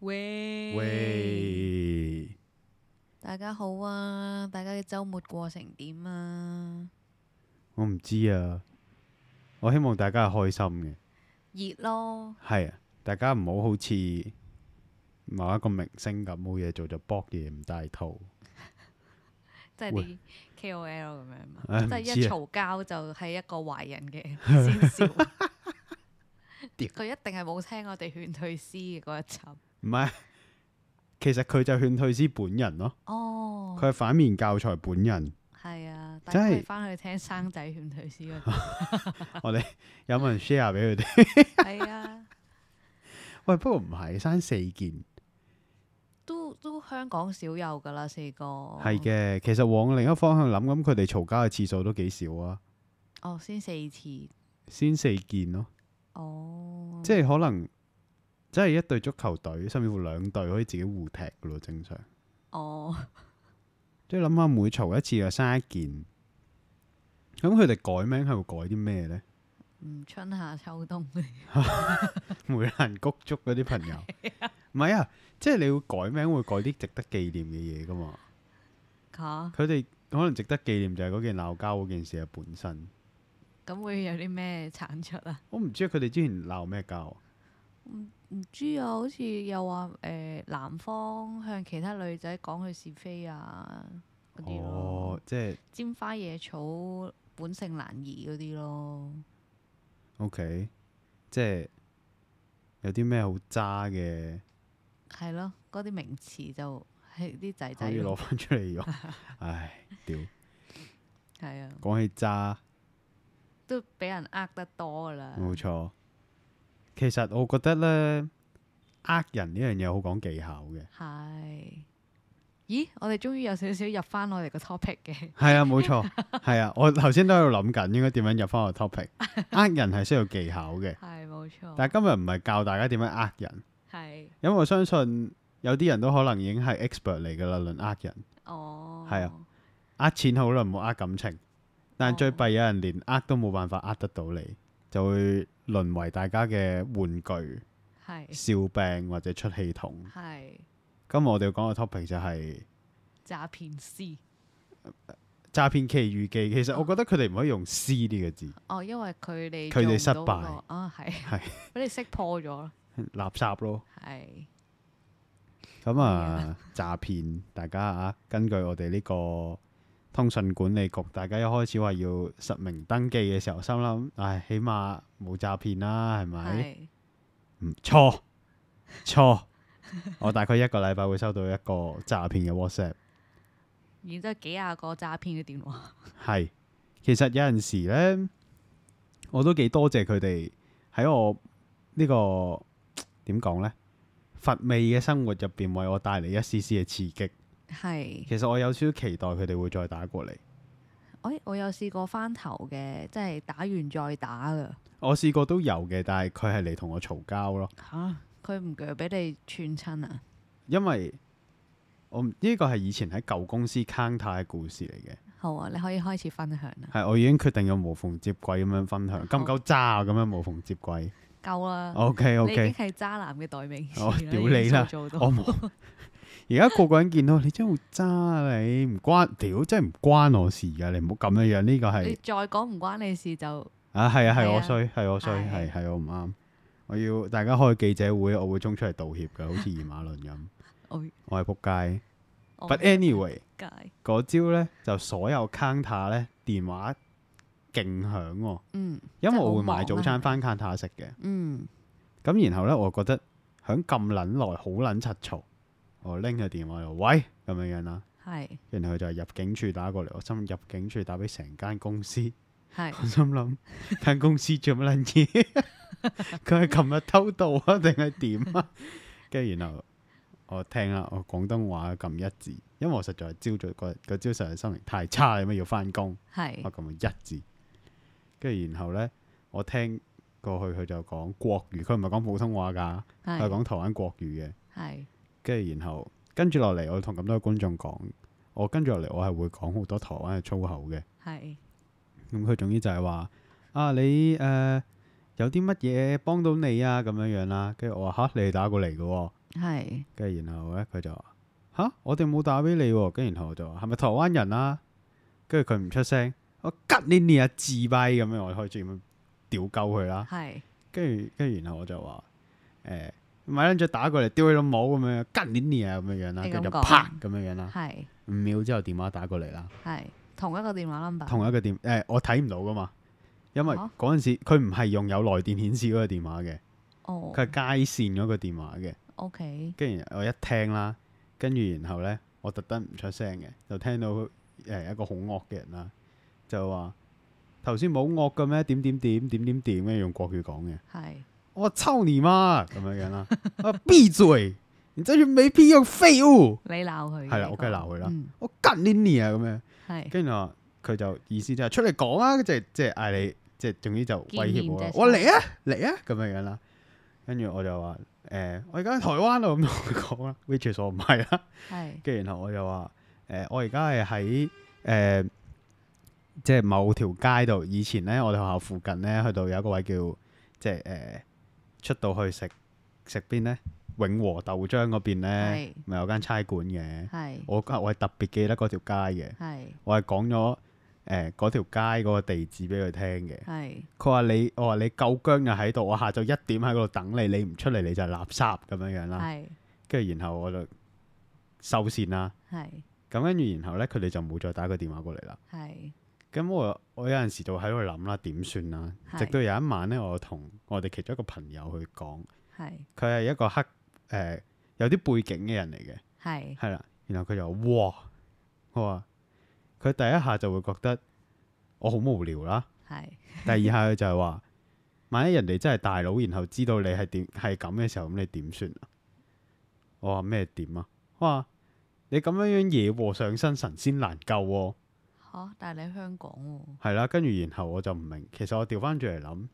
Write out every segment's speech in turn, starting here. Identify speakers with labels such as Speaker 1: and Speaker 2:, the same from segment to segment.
Speaker 1: 喂，
Speaker 2: 喂，
Speaker 1: 大家好啊！大家嘅周末過成點啊？
Speaker 2: 我唔知啊，我希望大家係開心
Speaker 1: 熱咯，
Speaker 2: 嘅，係啊，大家唔好好似某一個明星咁冇嘢做就搏嘢唔戴套，
Speaker 1: 即係
Speaker 2: 喂
Speaker 1: 啲 KOL 咁樣嘛，
Speaker 2: 唉唔
Speaker 1: 即係
Speaker 2: 知
Speaker 1: 一
Speaker 2: 啊
Speaker 1: 嘈交就係一個壞人嘅先笑。
Speaker 2: 屌
Speaker 1: 佢一定係冇聽我哋勸退師嘅嗰一集。
Speaker 2: 唔係，其實佢就勸退師本人咯，
Speaker 1: 哦，
Speaker 2: 佢係反面教材本人，
Speaker 1: 係啊，大
Speaker 2: 真係
Speaker 1: 家可以翻去聽生仔勸退師嗰 集。
Speaker 2: 我哋有冇人 share 俾佢哋？
Speaker 1: 係啊，
Speaker 2: 喂，不過唔係，生四件
Speaker 1: 都都香港少有㗎啦，四個。
Speaker 2: 係。嘅，其實往另一方向諗，咁佢哋嘈交嘅次數都幾少啊，
Speaker 1: 哦，先四次。
Speaker 2: 先四件咯。
Speaker 1: 哦。
Speaker 2: 即係可能，即係一隊足球隊，甚至乎兩隊可以自己互踢噶咯，正常。
Speaker 1: 哦。
Speaker 2: 即係諗下每嘈一次就生一件，咁佢哋改名係會改啲 咩呢？
Speaker 1: 嗯，春夏秋冬嗰啲
Speaker 2: 梅蘭菊竹嗰 啲朋友，唔係啊，即係你會改名會改啲值得紀念嘅嘢噶嘛？
Speaker 1: 嚇，
Speaker 2: 佢哋可能值得紀念就係嗰件鬧交嗰件事嘅本身。
Speaker 1: 咁會有啲咩產出啊？
Speaker 2: 我唔知佢哋之前鬧咩交啊，
Speaker 1: 唔知啊，好似又話誒男方向其他女仔講佢是非啊嗰啲咯
Speaker 2: 哦，，即係
Speaker 1: 沾花惹草，本性難移嗰啲咯。
Speaker 2: OK，即係有啲咩好渣嘅。
Speaker 1: 係咯，嗰啲名詞就係啲仔
Speaker 2: 可
Speaker 1: 仔
Speaker 2: 以攞
Speaker 1: 咯，
Speaker 2: 翻出嚟 用。唉，屌！
Speaker 1: 係啊，
Speaker 2: 講起渣，
Speaker 1: 都俾人呃得多㗎啦。
Speaker 2: 冇錯。其實我覺得呢，呃人呢樣嘢好講技巧嘅。
Speaker 1: 係。咦，我哋終於有少少入翻我哋個 topic 嘅，
Speaker 2: 係啊，冇錯，係啊。我頭先都喺度諗緊應該點樣入翻個 topic。呃人係需要技巧嘅，
Speaker 1: 係冇錯，
Speaker 2: 但係今日唔係教大家點樣呃人，
Speaker 1: 係
Speaker 2: 因為我相信有啲人都可能已經係 expert 嚟㗎啦，論呃人。
Speaker 1: 哦，
Speaker 2: 係啊，呃錢好啦，唔好呃感情。
Speaker 1: 哦
Speaker 2: 但最弊有人連呃都冇辦法呃得到你，就會淪為大家嘅玩具。
Speaker 1: 係
Speaker 2: 笑病或者出氣筒。
Speaker 1: 係。
Speaker 2: 今日我哋要講嘅 topic 就係
Speaker 1: 詐騙師
Speaker 2: 詐騙奇遇記。其實我覺得佢哋唔可以用 C 呢個字，
Speaker 1: 哦，因為佢哋
Speaker 2: 佢哋
Speaker 1: 做唔到
Speaker 2: 失敗
Speaker 1: 嗰個啊，係
Speaker 2: 係
Speaker 1: 俾你識破咗咯，
Speaker 2: 垃圾咯。
Speaker 1: 係
Speaker 2: 咁啊，詐騙大家啊，根據我哋呢個通訊管理局，大家一開始話要實名登記嘅時候，心諗唉，起碼冇詐騙啦，係咪？
Speaker 1: 係
Speaker 2: 唔錯錯，我大概一個禮拜會收到一個詐騙嘅 WhatsApp。
Speaker 1: 然之後幾廿個詐騙嘅電話，
Speaker 2: 係，其實有陣時咧，我都幾多謝佢哋喺我呢、個點講呢？乏味嘅生活入邊為我帶嚟一絲絲嘅刺激。
Speaker 1: 係，
Speaker 2: 其實我有少少期待佢哋會再打過嚟。
Speaker 1: 哎，我有試過翻頭嘅，即係打完再打噶
Speaker 2: 我試過都有嘅，但係佢係嚟同我嘈交咯，
Speaker 1: 吓，佢唔鋸俾你串親啊，
Speaker 2: 因為我唔呢個係以前喺舊公司 counter 嘅故事嚟嘅，
Speaker 1: 好啊，你可以開始分享啊啦，
Speaker 2: 係我已經決定要無縫接軌咁樣分享，夠唔夠渣啊？咁樣無縫接軌
Speaker 1: 夠啦
Speaker 2: ，OK
Speaker 1: 你已
Speaker 2: 哦 OK
Speaker 1: 經。係渣男嘅代名詞
Speaker 2: 哦
Speaker 1: 啦，
Speaker 2: 屌
Speaker 1: 已經
Speaker 2: 你啦
Speaker 1: 做做到
Speaker 2: 我冇。而家個個人見到你真係好渣啊你，唔關屌，真係唔關我事㗎，你唔好咁樣樣。呢個
Speaker 1: 你
Speaker 2: 係
Speaker 1: 再講唔關你事就
Speaker 2: 啊，係
Speaker 1: 係
Speaker 2: 啊，係
Speaker 1: 啊
Speaker 2: 我衰，係我衰，
Speaker 1: 係
Speaker 2: 係係我唔啱。我要大家開記者會，我會衝出嚟道歉㗎，好似二馬倫 咁。
Speaker 1: 我
Speaker 2: 我係仆街。
Speaker 1: 我
Speaker 2: But anyway，
Speaker 1: 界，
Speaker 2: 嗰朝呢，就所有 counter 咧電話勁響喎，
Speaker 1: 嗯
Speaker 2: 因
Speaker 1: 即係
Speaker 2: 為
Speaker 1: 好
Speaker 2: 我會買
Speaker 1: 忙
Speaker 2: 早
Speaker 1: 啦
Speaker 2: 餐翻 counter 食嘅。
Speaker 1: 嗯，
Speaker 2: 咁然後呢，我覺得響咁撚耐，好撚柒嘈。我拎個電話就喂咁樣樣啦。
Speaker 1: 係
Speaker 2: 然後佢就係入境處打過嚟，我心諗入境處打俾成間公司，
Speaker 1: 係
Speaker 2: 我心諗間公司做乜撚嘢？ 佢係琴日偷渡啊，定係點啊？跟住然後我聽啦，我廣東話撳一字，因為我實在朝早嗰嗰朝實在心情太差，你咪要翻工，
Speaker 1: 係
Speaker 2: 我撳咗一字。跟住然後呢，我聽過去佢就講國語，佢唔係講普通話㗎，佢係
Speaker 1: 係
Speaker 2: 講台灣國語嘅。
Speaker 1: 係。
Speaker 2: 跟住然後跟住落嚟，我同咁多嘅觀眾講，我跟住落嚟，我係會講好多台灣嘅粗口嘅。
Speaker 1: 係
Speaker 2: 咁佢總之就係話啊，你誒、呃有啲乜嘢幫到你啊咁樣樣啦。跟住我話吓，你係打過嚟嘅喎。
Speaker 1: 係
Speaker 2: 跟住然後咧佢就話吓，我哋冇打俾你喎、跟住然後我就話係咪台灣人啊？跟住佢唔出聲，我吉你你啊自閉咁樣，我開始咁樣屌鳩佢啦。
Speaker 1: 係
Speaker 2: 跟住跟住然後我就話誒買撚咗打過嚟，屌你老母咁樣，吉你你啊咁樣樣啦，
Speaker 1: 你咁
Speaker 2: 跟住就
Speaker 1: 講
Speaker 2: 啪咁樣樣啦，
Speaker 1: 係
Speaker 2: 五秒之後電話打過嚟啦，
Speaker 1: 係同一個電話 number。
Speaker 2: 同一個電誒、我睇唔到噶嘛。因為
Speaker 1: 嚇
Speaker 2: 嗰陣時佢唔係用有來電顯示嗰個電話嘅，
Speaker 1: 哦
Speaker 2: 佢係街線嗰個電話嘅。
Speaker 1: ，OK，
Speaker 2: 跟住我一聽啦，跟住然後呢，我特登唔出聲嘅，就聽到誒、一個好惡嘅人啦，就話頭先冇惡嘅咩？點點點點點點，跟住用國語講嘅，
Speaker 1: 係
Speaker 2: 我操你媽咁樣樣啦， 啊閉嘴！你真係沒必要廢物，
Speaker 1: 你鬧佢嘅。
Speaker 2: 係啦
Speaker 1: 你
Speaker 2: 我梗係
Speaker 1: 講
Speaker 2: 鬧佢啦
Speaker 1: 嗯
Speaker 2: 我吉你你啊咁樣，
Speaker 1: 係
Speaker 2: 跟住我佢就意思就係出嚟講啊，即係即係嗌你，即係總之就威
Speaker 1: 見面
Speaker 2: 脅我啦
Speaker 1: 啫，
Speaker 2: 我嚟啊嚟啊咁樣樣啦，跟住我就話誒、我而家喺台灣啊咁同佢講啦，which is 我唔係啦。
Speaker 1: 係
Speaker 2: 跟住然後我就話誒、我而家係喺誒即係某條街度。以前咧，我哋學校附近咧，去到有一個位叫即係誒、呃出到去食食邊咧，永和豆漿嗰邊咧
Speaker 1: 係，
Speaker 2: 咪有間差館嘅。
Speaker 1: 係
Speaker 2: 我我係特別記得嗰條街嘅，
Speaker 1: 係
Speaker 2: 我係講咗誒嗰條街嗰個地址俾佢聽嘅。
Speaker 1: 係
Speaker 2: 佢話你，我話你夠薑就喺度，我下晝一點喺嗰度等你，你唔出嚟你就係垃圾咁樣樣啦。
Speaker 1: 係
Speaker 2: 跟住然後我就收線啦。
Speaker 1: 係
Speaker 2: 咁跟住然後咧，佢哋就冇再打個電話過嚟啦。
Speaker 1: 係
Speaker 2: 咁我我有陣時就喺度諗啦，點算啦？
Speaker 1: 係
Speaker 2: 直到有一晚咧，我同我哋其中一個朋友去講，
Speaker 1: 係
Speaker 2: 佢係一個黑誒、有啲背景嘅人嚟嘅，
Speaker 1: 係
Speaker 2: 係啦。然後佢就話：哇！我話佢第一下就會覺得我好無 聊啦，
Speaker 1: 係
Speaker 2: 第二下佢就係話：萬一人哋真係大佬，然後知道你係點係咁嘅時候，咁你點算啊？我話咩點啊？我話你咁樣樣惹禍上身，神仙難救喎、
Speaker 1: 嚇，但係你喺香港喎。
Speaker 2: 係啦，跟住然後我就唔明，其實我調翻轉嚟諗，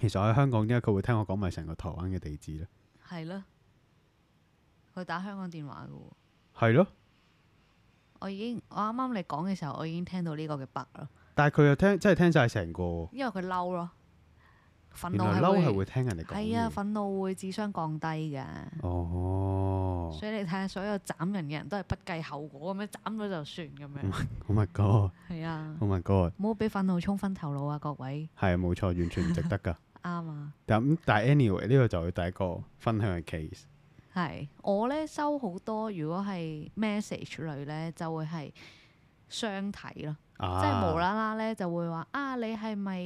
Speaker 2: 其實我喺香港點解佢會聽我講埋成個台灣嘅地址呢？
Speaker 1: 係咯，佢打香港電話嘅喎。
Speaker 2: 係咯，
Speaker 1: 我已經我啱啱你講嘅時候，我已經聽到呢個嘅 bug 啦，
Speaker 2: 但係佢又聽，真係聽晒成個喎，
Speaker 1: 因為佢嬲咯，憤
Speaker 2: 原
Speaker 1: 怒係
Speaker 2: 來嬲係
Speaker 1: 係
Speaker 2: 會聽人哋講
Speaker 1: 係啊，
Speaker 2: 嘢。
Speaker 1: 憤怒會智商降低嘅。
Speaker 2: 哦
Speaker 1: 所以你睇下，所有斬人嘅人都係不計後果咁樣斬咗就算咁樣，
Speaker 2: ，Oh my god，Oh
Speaker 1: 係啊，
Speaker 2: my god，
Speaker 1: 唔好俾憤怒沖昏頭腦啊，各位，
Speaker 2: 係冇錯，完全唔值得㗎。
Speaker 1: 啱啊，
Speaker 2: 但咁但係 anyway 呢個就係第一個分享嘅 case，
Speaker 1: 係我呢收好多，如果係 message 類呢，就會係相睇咯。
Speaker 2: 啊、
Speaker 1: 即係無啦啦咧就會話啊，你係咪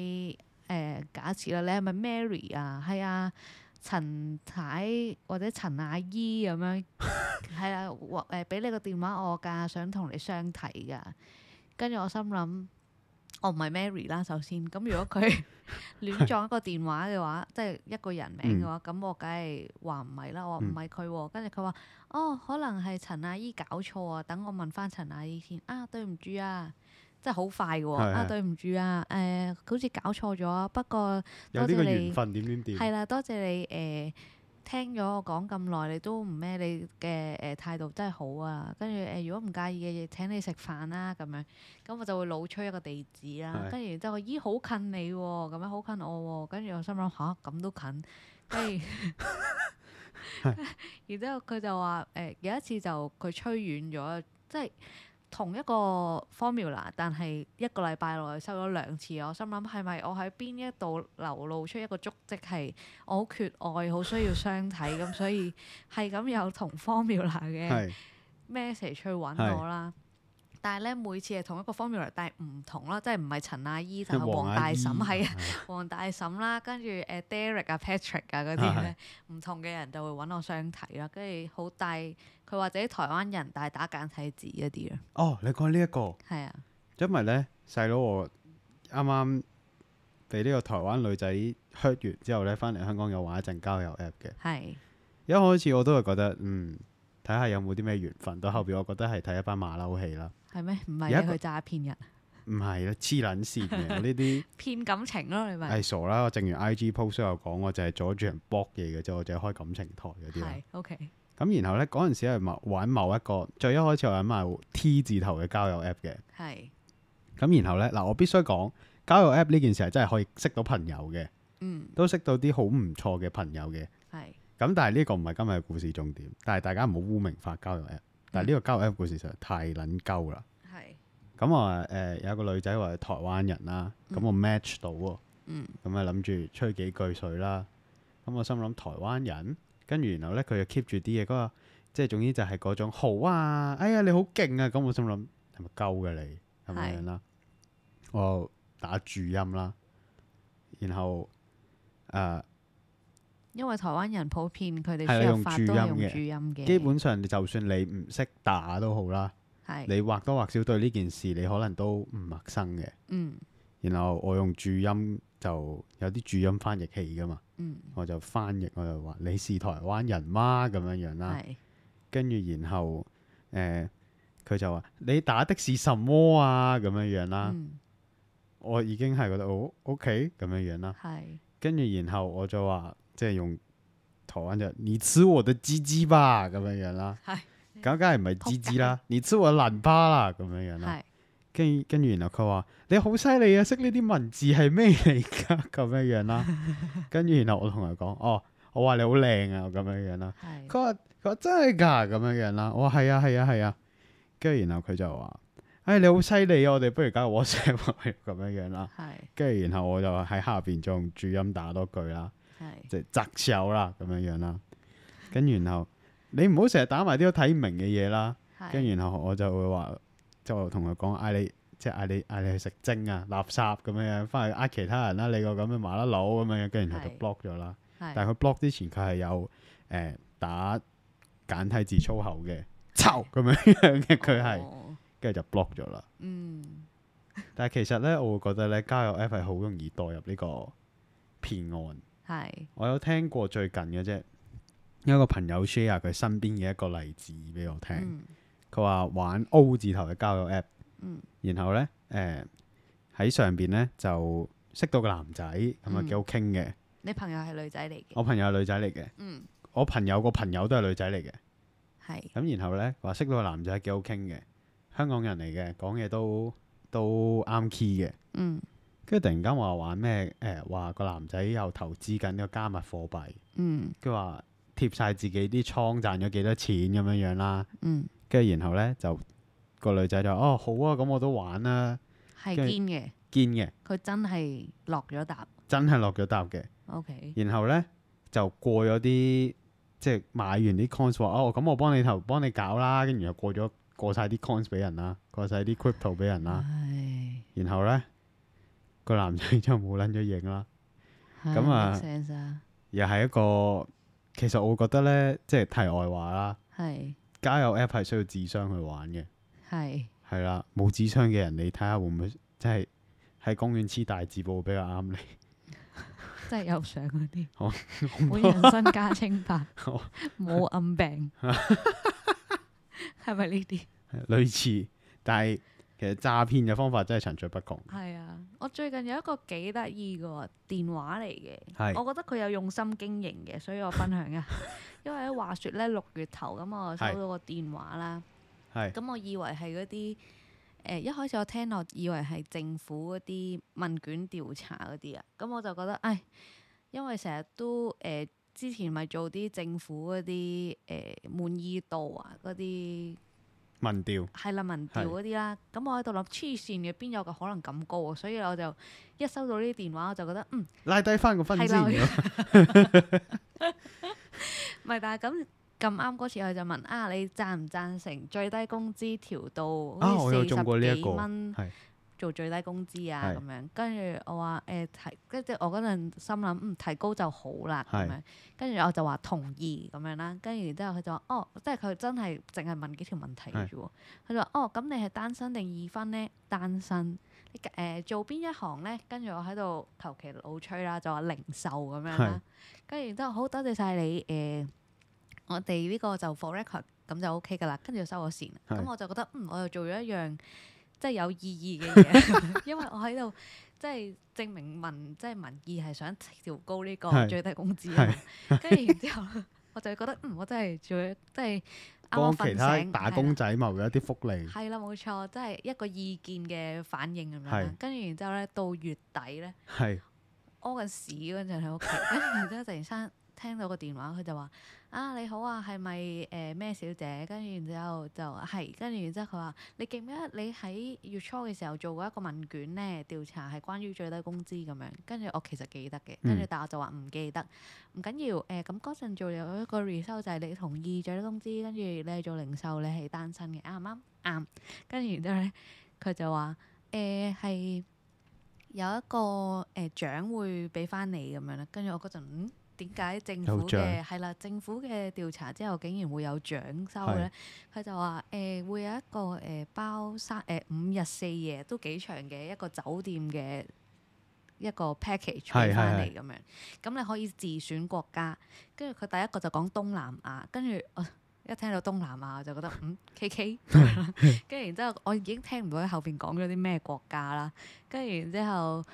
Speaker 1: 誒假設啦，你係咪 Mary 啊？係啊，陳太或者陳阿姨咁樣，係啊，或誒俾你個電話我㗎，想同你相睇㗎。跟住我心諗，我唔係 Mary 啦，首先。咁如果佢 亂撞一個電話嘅話，即係一個人名嘅話，咁、我梗係話唔係啦，我話唔係佢喎。跟住佢話，哦，可能係陳阿姨搞錯啊，等我問翻陳阿姨先。啊，對唔住啊，即係好快嘅喎。
Speaker 2: 係
Speaker 1: 啊，
Speaker 2: 係
Speaker 1: 對唔住啊，誒、好似搞錯咗啊，不過
Speaker 2: 有呢個
Speaker 1: 多謝你
Speaker 2: 緣分點點點，
Speaker 1: 係啦，多謝你誒、呃、聽咗我講咁耐，你都唔咩，你嘅誒、呃、態度真係好啊。跟住誒，如果唔介意嘅，請你食飯啦咁樣。咁我就會老吹一個地址啦
Speaker 2: 係。
Speaker 1: 跟住然之後我，咦好近你喎、咁樣好近我喎、跟住我心諗吓，咁都近。跟住 然之後佢就話誒、呃有一次就佢吹遠咗，即係。同一個 formula，但係一個禮拜內收咗兩次，我心諗係咪我喺邊一度流露出一個足跡係我好缺愛，好需要相睇咁，所 以係咁有同 formula 嘅
Speaker 2: 係
Speaker 1: message 去揾
Speaker 2: 係
Speaker 1: 我啦。但係咧，每次係同一個 formula，但係唔同啦，即係唔係陳阿姨就
Speaker 2: 係
Speaker 1: 係黃大嬸
Speaker 2: 阿姨
Speaker 1: 係啊， 黃大嬸啦，跟住誒 Derek 啊、Patrick 啊嗰
Speaker 2: 係
Speaker 1: 啲咧，唔同嘅人就會揾我相睇啦，跟住好大佢或者台灣人，但係打簡體字嗰啲啦，
Speaker 2: 哦，你講呢一個。
Speaker 1: 係啊。
Speaker 2: 因為咧細佬我啱啱俾呢個台灣女仔 hurt 完之後咧，翻嚟香港有玩一陣交友 app 嘅。
Speaker 1: 係
Speaker 2: 一開始我都係覺得嗯，睇下有冇啲咩緣分。到後邊我覺得係睇一班馬騮戲啦，
Speaker 1: 係咩？唔
Speaker 2: 有
Speaker 1: 係
Speaker 2: 一
Speaker 1: 你
Speaker 2: 個
Speaker 1: 去詐騙人，啊
Speaker 2: 唔係啦，黐撚線嘅呢啲
Speaker 1: 騙感情咯，你咪
Speaker 2: 係傻啦。我正如 IG post 都有講，我就係阻住人 block 嘢嘅啫，我就係開感情台嗰啲啦。
Speaker 1: 係 OK
Speaker 2: 咁然後咧嗰陣時係某玩某一個最一開始我玩埋 T 字頭嘅交友 app 嘅。
Speaker 1: 係
Speaker 2: 咁然後咧嗱，我必須講交友 app 呢件事係真係可以識到朋友嘅。
Speaker 1: 嗯
Speaker 2: 都識到啲好唔錯嘅朋友嘅。
Speaker 1: 係
Speaker 2: 咁但係呢個唔係今日嘅故事重點，但係大家唔好污名化交友 app。但係呢個交友 app 故事實在太撚鳩啦。
Speaker 1: 係，
Speaker 2: 咁我誒有個女仔話係台灣人啦，咁我 match 到喎，
Speaker 1: 嗯
Speaker 2: 咁啊諗住吹幾句水啦。咁我心諗台灣人，跟住然後咧佢又 keep 住啲嘢，嗰個即係總之就係嗰種好啊，哎呀你好勁啊！咁我心諗係咪鳩嘅你係咪
Speaker 1: 係
Speaker 2: 樣啦？我打注音啦，然後誒。呃
Speaker 1: 因為台灣人普遍佢哋
Speaker 2: 係啦啊
Speaker 1: 輸入
Speaker 2: 用
Speaker 1: 法
Speaker 2: 注
Speaker 1: 都係
Speaker 2: 音
Speaker 1: 用
Speaker 2: 嘅
Speaker 1: 注音嘅，
Speaker 2: 基本上就算你唔識打都好啦，
Speaker 1: 係，
Speaker 2: 你或多或少對呢件事你可能都唔陌生嘅。
Speaker 1: 嗯
Speaker 2: 然後我用注音就有啲注音翻譯器噶嘛，
Speaker 1: 嗯，
Speaker 2: 我就翻譯我就話你是台灣人嗎咁樣樣啦，
Speaker 1: 係
Speaker 2: 跟住然後誒佢、就話你打的是什麼啊咁樣樣啦，
Speaker 1: 嗯
Speaker 2: 我已經係覺得哦 OK 咁樣樣啦，
Speaker 1: 係
Speaker 2: 跟住然後我就話即係用台灣就你吃我的雞雞吧咁樣樣啦。
Speaker 1: 係
Speaker 2: 咁梗係唔係
Speaker 1: 仆
Speaker 2: 芝芝
Speaker 1: 街
Speaker 2: 啦，你知我爛巴啦咁樣樣啦。
Speaker 1: 係
Speaker 2: 跟住跟住，然後佢話你好犀利啊，識呢啲文字係咩嚟㗎？ 咁樣樣啦。跟住然後我同佢講，哦，我話你好靚啊，咁樣樣啦。
Speaker 1: 係
Speaker 2: 佢話佢話真係㗎，咁樣樣啦。我話係啊係啊係啊。跟住然後佢就話，唉，你好犀利啊，我哋不如加個 WhatsApp 落去 咁樣樣啦。
Speaker 1: 係
Speaker 2: 跟住然後我就喺下邊再用注音打多句啦。
Speaker 1: 係，
Speaker 2: 即係摘手啦咁樣樣啦。跟住然後你唔好成日打埋啲我睇唔明嘅嘢啦。
Speaker 1: 係
Speaker 2: 跟住然後我就會話，即係我同佢講嗌你，即係嗌你嗌你去食精啊、垃圾咁樣樣，翻去呃其他人啦、你個咁嘅麻甩佬咁樣樣，跟住然後就
Speaker 1: 係
Speaker 2: block 咗啦。
Speaker 1: 係
Speaker 2: 但係佢 block 之前佢係有誒、呃打簡體字粗口嘅，臭咁樣樣嘅佢係，
Speaker 1: 哦
Speaker 2: 跟住就 block 咗啦。
Speaker 1: 嗯
Speaker 2: 但係其實咧，我會覺得咧，交友 app 係好容易墮入呢個騙案。
Speaker 1: 係
Speaker 2: 我有聽過最近嘅啫，有一個朋友 share 佢身邊嘅一個例子俾我聽。
Speaker 1: 嗯
Speaker 2: 佢話、玩 O 字頭嘅交友 app，、
Speaker 1: 嗯
Speaker 2: 然後呢，誒、喺上邊呢就識到個男仔，咁啊
Speaker 1: 嗯
Speaker 2: 幾好傾嘅。
Speaker 1: 你朋友係女仔嚟嘅，
Speaker 2: 我朋友係女仔嚟嘅，
Speaker 1: 嗯
Speaker 2: 我朋友個朋友都係女仔嚟嘅。
Speaker 1: 係
Speaker 2: 咁然後呢，話識到個男仔幾好傾嘅，香港人嚟嘅，講嘢都都啱 key 嘅。
Speaker 1: 嗯
Speaker 2: 跟住突然間話玩咩誒，話、個男仔又投資緊呢個加密貨幣。
Speaker 1: 嗯
Speaker 2: 佢話貼晒自己啲倉賺咗幾多錢咁樣樣啦，
Speaker 1: 嗯
Speaker 2: 跟住然後咧就個女仔就哦好啊，咁我都玩啦，
Speaker 1: 係
Speaker 2: 跟住
Speaker 1: 堅嘅，
Speaker 2: 堅嘅，
Speaker 1: 佢真係落咗答
Speaker 2: 真係落咗搭嘅。
Speaker 1: ，OK
Speaker 2: 然後咧就過咗啲即係買完啲 coins 話哦，咁我幫你投幫你搞啦，跟住又過咗過晒啲 coins 俾人啦，過晒啲 crypto 俾人啦，
Speaker 1: 唉，
Speaker 2: 然後咧個男仔就冇撚咗影啦。咁啊
Speaker 1: make sense 啊，
Speaker 2: 又係一個其實我覺得咧，即係題外話啦，
Speaker 1: 係
Speaker 2: 交友 app 係需要智商去玩嘅。
Speaker 1: 係
Speaker 2: 係啦，冇智商嘅人，你睇下會唔會即係喺公園黐大字報比較啱你？
Speaker 1: 真係有相嗰啲，
Speaker 2: 好
Speaker 1: 我人生加清白
Speaker 2: 好，
Speaker 1: 冇暗病，係咪呢啲？
Speaker 2: 類似，但係其實詐騙嘅方法真係層出不窮。
Speaker 1: 係啊，我最近有一個幾得意嘅喎電話嚟嘅，
Speaker 2: 係
Speaker 1: 我覺得佢有用心經營嘅，所以我分 享啊。因為咧話説咧六月頭咁，我收
Speaker 2: 係
Speaker 1: 到個電話啦，
Speaker 2: 係
Speaker 1: 咁我以為係嗰啲誒一開始我聽落以為係政府嗰啲問卷調查嗰啲啊，咁我就覺得唉，因為成日都誒、呃之前咪做啲政府嗰啲誒滿意度啊嗰啲
Speaker 2: 民調
Speaker 1: 係啦，民調
Speaker 2: 係
Speaker 1: 嗰啲啦，咁我喺度諗黐線嘅，邊有個可能咁高啊？所以我就一收到呢啲電話，我就覺得嗯，
Speaker 2: 拉低翻個分
Speaker 1: 係
Speaker 2: 先
Speaker 1: 啦，我
Speaker 2: 喎。
Speaker 1: 唔係，但係咁咁啱嗰次佢就問啊，你贊唔贊成最低工資調到
Speaker 2: 啊，
Speaker 1: 好
Speaker 2: 我
Speaker 1: 似
Speaker 2: 有
Speaker 1: 四
Speaker 2: 中過呢
Speaker 1: 十
Speaker 2: 一
Speaker 1: 幾
Speaker 2: 個，
Speaker 1: 蚊
Speaker 2: 係
Speaker 1: 做最低工資啊
Speaker 2: 係
Speaker 1: 咁樣？跟住我話誒提，跟住我嗰陣心諗嗯提高就好啦咁
Speaker 2: 係
Speaker 1: 樣，跟住我就話同意咁樣啦，跟住然之後佢就話哦，即係佢真係淨係問幾條問題嘅啫喎，佢就話哦咁你係單身定二婚呢？單身。你誒、做邊一行咧？跟住我喺度求其老吹啦，就話零售咁樣啦。跟住然之後好多謝晒你誒、呃我哋呢個就 for record 咁就 OK 噶啦。跟住就收咗線，
Speaker 2: 係
Speaker 1: 咁我就覺得嗯，我又做咗一樣即係有意義嘅嘢， 因為我喺度即係證明民即係民意係想調高呢個
Speaker 2: 係
Speaker 1: 最低工資啊嘛。跟住然之後，我就覺得嗯，我真係做咗即係啱啱
Speaker 2: 幫
Speaker 1: 瞓
Speaker 2: 其他
Speaker 1: 醒
Speaker 2: 打
Speaker 1: 係啦
Speaker 2: 工仔謀咗一啲福利。
Speaker 1: 係啦，冇錯，即係一個意見嘅反應咁樣啦
Speaker 2: 係。
Speaker 1: 跟住然之後咧，到月底咧，
Speaker 2: 係
Speaker 1: 屙緊屎嗰陣喺屋企，跟住然之後突然間聽到個電話，佢就話：啊你好啊，係咪誒咩小姐？跟住然之後就係，跟住然之後佢話：你記唔記得你喺月初嘅時候做過一個問卷咧，調查係關於最低工資咁樣？跟住我其實記得嘅，跟住
Speaker 2: 嗯
Speaker 1: 但我就話唔記得，唔緊要。誒咁嗰陣做有一個 result 就係你同意最低工資，跟住你係做零售，你係單身嘅，啱唔啱？啱。跟住然之後咧，佢就話：誒係。有一個誒、呃、獎會俾翻你咁樣啦，跟住我嗰陣，嗯，點解政
Speaker 2: 有
Speaker 1: 府嘅
Speaker 2: 獎
Speaker 1: 係啦，政府嘅調查之後竟然會有獎收咧？佢就話誒、呃、會有一個誒、呃包三誒、呃五日四夜都幾長嘅一個酒店嘅一個 package
Speaker 2: 係
Speaker 1: 俾翻
Speaker 2: 係
Speaker 1: 你咁樣，咁你可以自選國家，跟住佢第一個就講東南亞，跟住我一聽到東南亞我就覺得嗯 K K，跟住然之後我已經聽唔到佢後邊講咗啲咩國家啦，跟住然之後。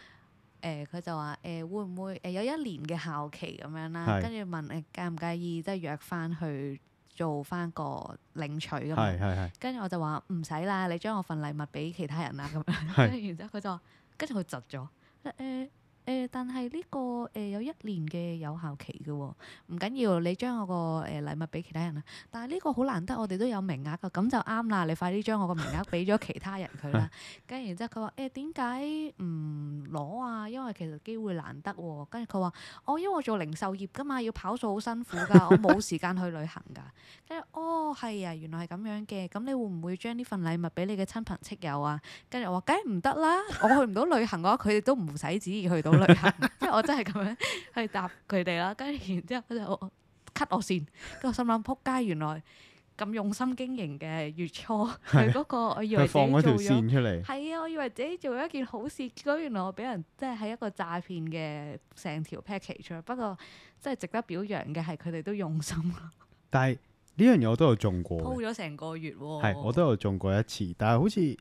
Speaker 1: 呃誒佢、就話誒、會唔會誒、呃有一年嘅校期咁樣啦，
Speaker 2: 係
Speaker 1: 跟住問誒介唔介意即係約翻去做翻個領取咁樣
Speaker 2: 係，係
Speaker 1: 跟住我就話唔使啦，你將我份禮物俾其他人啦啊咁樣。
Speaker 2: 係
Speaker 1: 跟住然之後佢就話，跟住佢窒咗。誒誒、誒但係呢、個誒、有一年嘅有效期嘅喎、唔緊要，你將我個誒、禮物俾其他人啦。啊但係呢個好難得，我哋都有名額㗎，咁就啱啦。你快啲將我個名額俾咗其他人佢啦。跟住然之後佢話誒點解唔攞啊？因為其實機會難得喎、跟住佢話我因為我做零售業㗎嘛，要跑數好辛苦 㗎，我冇時間去旅行㗎。跟住哦係啊，原來係咁樣嘅。咁你會唔會將呢份禮物俾你嘅親朋戚友啊？跟住我話梗係唔得啦，我去唔到旅行嘅話，佢哋都唔使旨意去到旅行。 即係我真係咁樣去答佢哋啦。跟住然之後佢就我 cut 我線，跟住我心諗撲街，原來咁用心經營嘅月初佢嗰個，我以為
Speaker 2: 佢
Speaker 1: 自己
Speaker 2: 放嗰條
Speaker 1: 做咗。
Speaker 2: 線出嚟，
Speaker 1: 係啊，我以為自己做咗一件好事，結果原來我俾人即係喺一個詐騙嘅成條 package 啦。不過即係值得表揚嘅係佢哋都用心啦，
Speaker 2: 但係呢樣嘢我都有中過嘅
Speaker 1: 鋪咗成個月喎。
Speaker 2: 係我都有中過一次，但係好似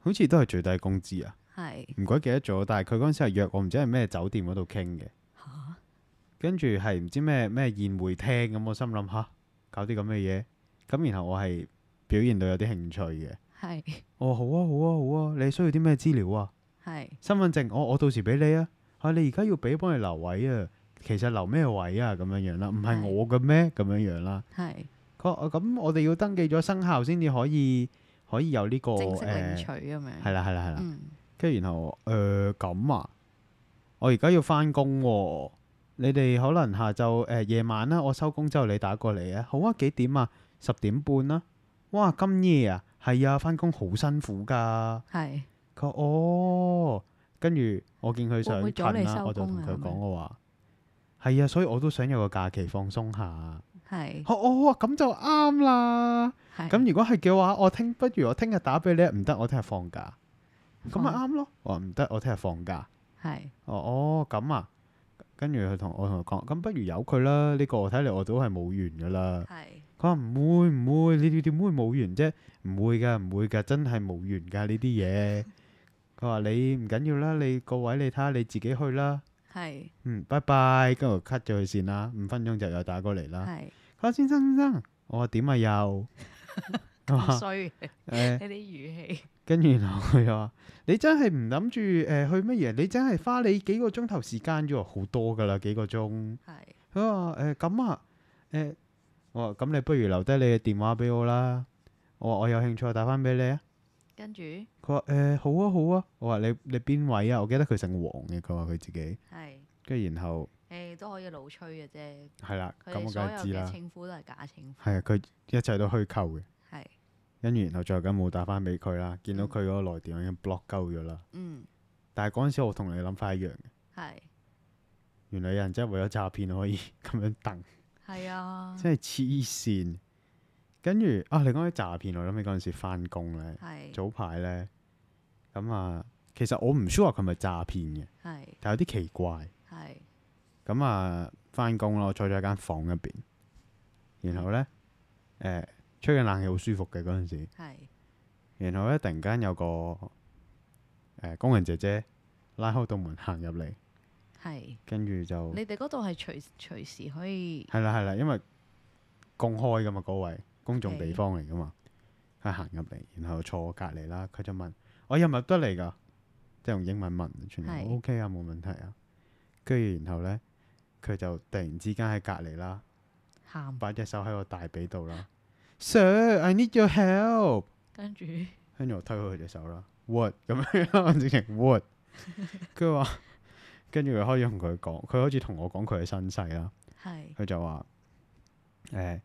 Speaker 2: 好似都係最低工資啊，
Speaker 1: 係
Speaker 2: 唔鬼記得咗。但係佢嗰陣時係約我唔知係咩酒店嗰度傾嘅，
Speaker 1: 嚇
Speaker 2: 跟住係唔知咩咩宴會廳咁，我心諗吓搞啲咁嘅嘢，咁然後我係表現到有啲興趣嘅。
Speaker 1: 係
Speaker 2: 哦，好啊，好啊，好啊，你需要啲咩資料啊？
Speaker 1: 係
Speaker 2: 身份證，我我到時俾你啊。啊，你而家要俾幫你留位啊，其實留咩位啊？咁樣樣啦，唔係
Speaker 1: 係
Speaker 2: 我嘅咩？咁樣樣啦。
Speaker 1: 係
Speaker 2: 佢話啊咁我哋要登記咗生效先至可以可以有呢、個
Speaker 1: 正
Speaker 2: 誒，
Speaker 1: 式領取
Speaker 2: 係
Speaker 1: 咁樣。
Speaker 2: 啦係啦係啦。
Speaker 1: 嗯
Speaker 2: 跟住然後誒咁、啊，我而家要翻工喎，你哋可能下晝誒、呃夜晚啦，我收工之後你打過嚟啊，好啊幾點啊？十點半啦、哇咁夜啊，係啊，翻工好辛苦㗎。
Speaker 1: 係
Speaker 2: 佢話哦，跟住我見佢
Speaker 1: 會唔
Speaker 2: 想
Speaker 1: 會阻你
Speaker 2: 近啦，
Speaker 1: 收
Speaker 2: 我就
Speaker 1: 工
Speaker 2: 同
Speaker 1: 啊
Speaker 2: 佢
Speaker 1: 係咪
Speaker 2: 講我話係啊，所以我都想有個假期放鬆下。
Speaker 1: 係
Speaker 2: 哦哦，咁就啱啦。
Speaker 1: 係
Speaker 2: 咁如果係嘅話，我聽不如我聽日打俾你，唔得，我聽日放假，咁咪啱咯。我話唔得，我聽日放假。
Speaker 1: 係
Speaker 2: 哦哦，咁啊，跟住佢同我同佢講，咁不如由佢啦。呢、個我睇嚟我都係冇緣噶啦。
Speaker 1: 係
Speaker 2: 佢話唔會唔會，你哋點會冇緣啫？唔會㗎唔會㗎，真係冇緣㗎呢啲嘢。佢話你唔緊要啦，你個位你睇下你自己去啦。
Speaker 1: 係
Speaker 2: 嗯，拜拜，跟住我 cut 咗佢線啦。五分鐘就又打過嚟啦。
Speaker 1: 係
Speaker 2: 佢話先生先生，我話點 啊又，我
Speaker 1: 咁
Speaker 2: 話
Speaker 1: 衰嘅
Speaker 2: 誒
Speaker 1: 呢啲語氣
Speaker 2: 跟住然後佢又話你真係唔諗住誒去乜嘢？你真係花你幾個鐘頭時間啫喎，好多㗎啦幾個鐘。
Speaker 1: 係
Speaker 2: 佢話誒咁啊誒、我話咁你不如留低你嘅電話俾我啦。我話我有興趣打翻俾你啊。
Speaker 1: 跟住
Speaker 2: 佢話誒好啊好啊。我話你你邊位啊？我記得佢姓黃嘅。佢話佢自己，
Speaker 1: 係
Speaker 2: 跟住然後
Speaker 1: 誒都可以老吹嘅啫。
Speaker 2: 係啦，
Speaker 1: 佢
Speaker 2: 咁
Speaker 1: 哋
Speaker 2: 我
Speaker 1: 所
Speaker 2: 梗
Speaker 1: 有
Speaker 2: 係知
Speaker 1: 嘅
Speaker 2: 啦。
Speaker 1: 稱呼都係假稱呼，
Speaker 2: 係啊，佢一切都虛構嘅。
Speaker 1: 係
Speaker 2: 跟住然後最後緊冇打翻俾佢啦，見到
Speaker 1: 嗯
Speaker 2: 佢嗰個來電我已經 block 鳩咗啦。
Speaker 1: 嗯
Speaker 2: 但係嗰陣時我同你諗法一樣嘅，
Speaker 1: 係
Speaker 2: 原來有人真係為咗詐騙可以 咁樣等，
Speaker 1: 係啊
Speaker 2: 真係黐線。跟住啊，你講起詐騙，我諗起嗰陣時翻工咧，
Speaker 1: 係
Speaker 2: 早排咧，咁啊，其實我唔 sure 佢係咪詐騙嘅，
Speaker 1: 係
Speaker 2: 但有啲奇怪。
Speaker 1: 係
Speaker 2: 咁啊，翻工啦，我坐咗喺間房入邊，然後咧，誒、吹緊冷氣好舒服嘅嗰陣時。
Speaker 1: 係
Speaker 2: 然後咧，突然間有個誒、呃工人姐姐拉開道門行入嚟，
Speaker 1: 係。
Speaker 2: 跟住就
Speaker 1: 你哋嗰度係隨隨時可以
Speaker 2: 係啦係啦，因為公開噶嘛嗰位公眾
Speaker 1: OK
Speaker 2: 地方嚟噶嘛，佢行入嚟，然後坐我隔離啦，佢就問我入唔入得嚟㗎？即係用英文問，全部
Speaker 1: 係
Speaker 2: O K 啊，冇問題啊。跟住然後咧，佢就突然之間喺隔離啦，
Speaker 1: 喊，
Speaker 2: 擺隻手喺我大髀度啦，Sir，I need your help，
Speaker 1: 跟住
Speaker 2: 跟住我推開佢隻手啦，what 咁樣啦，我直情 what，佢話，跟住佢開始同佢講，佢開始同我講佢嘅身世啦。
Speaker 1: 係
Speaker 2: 佢就話：誒、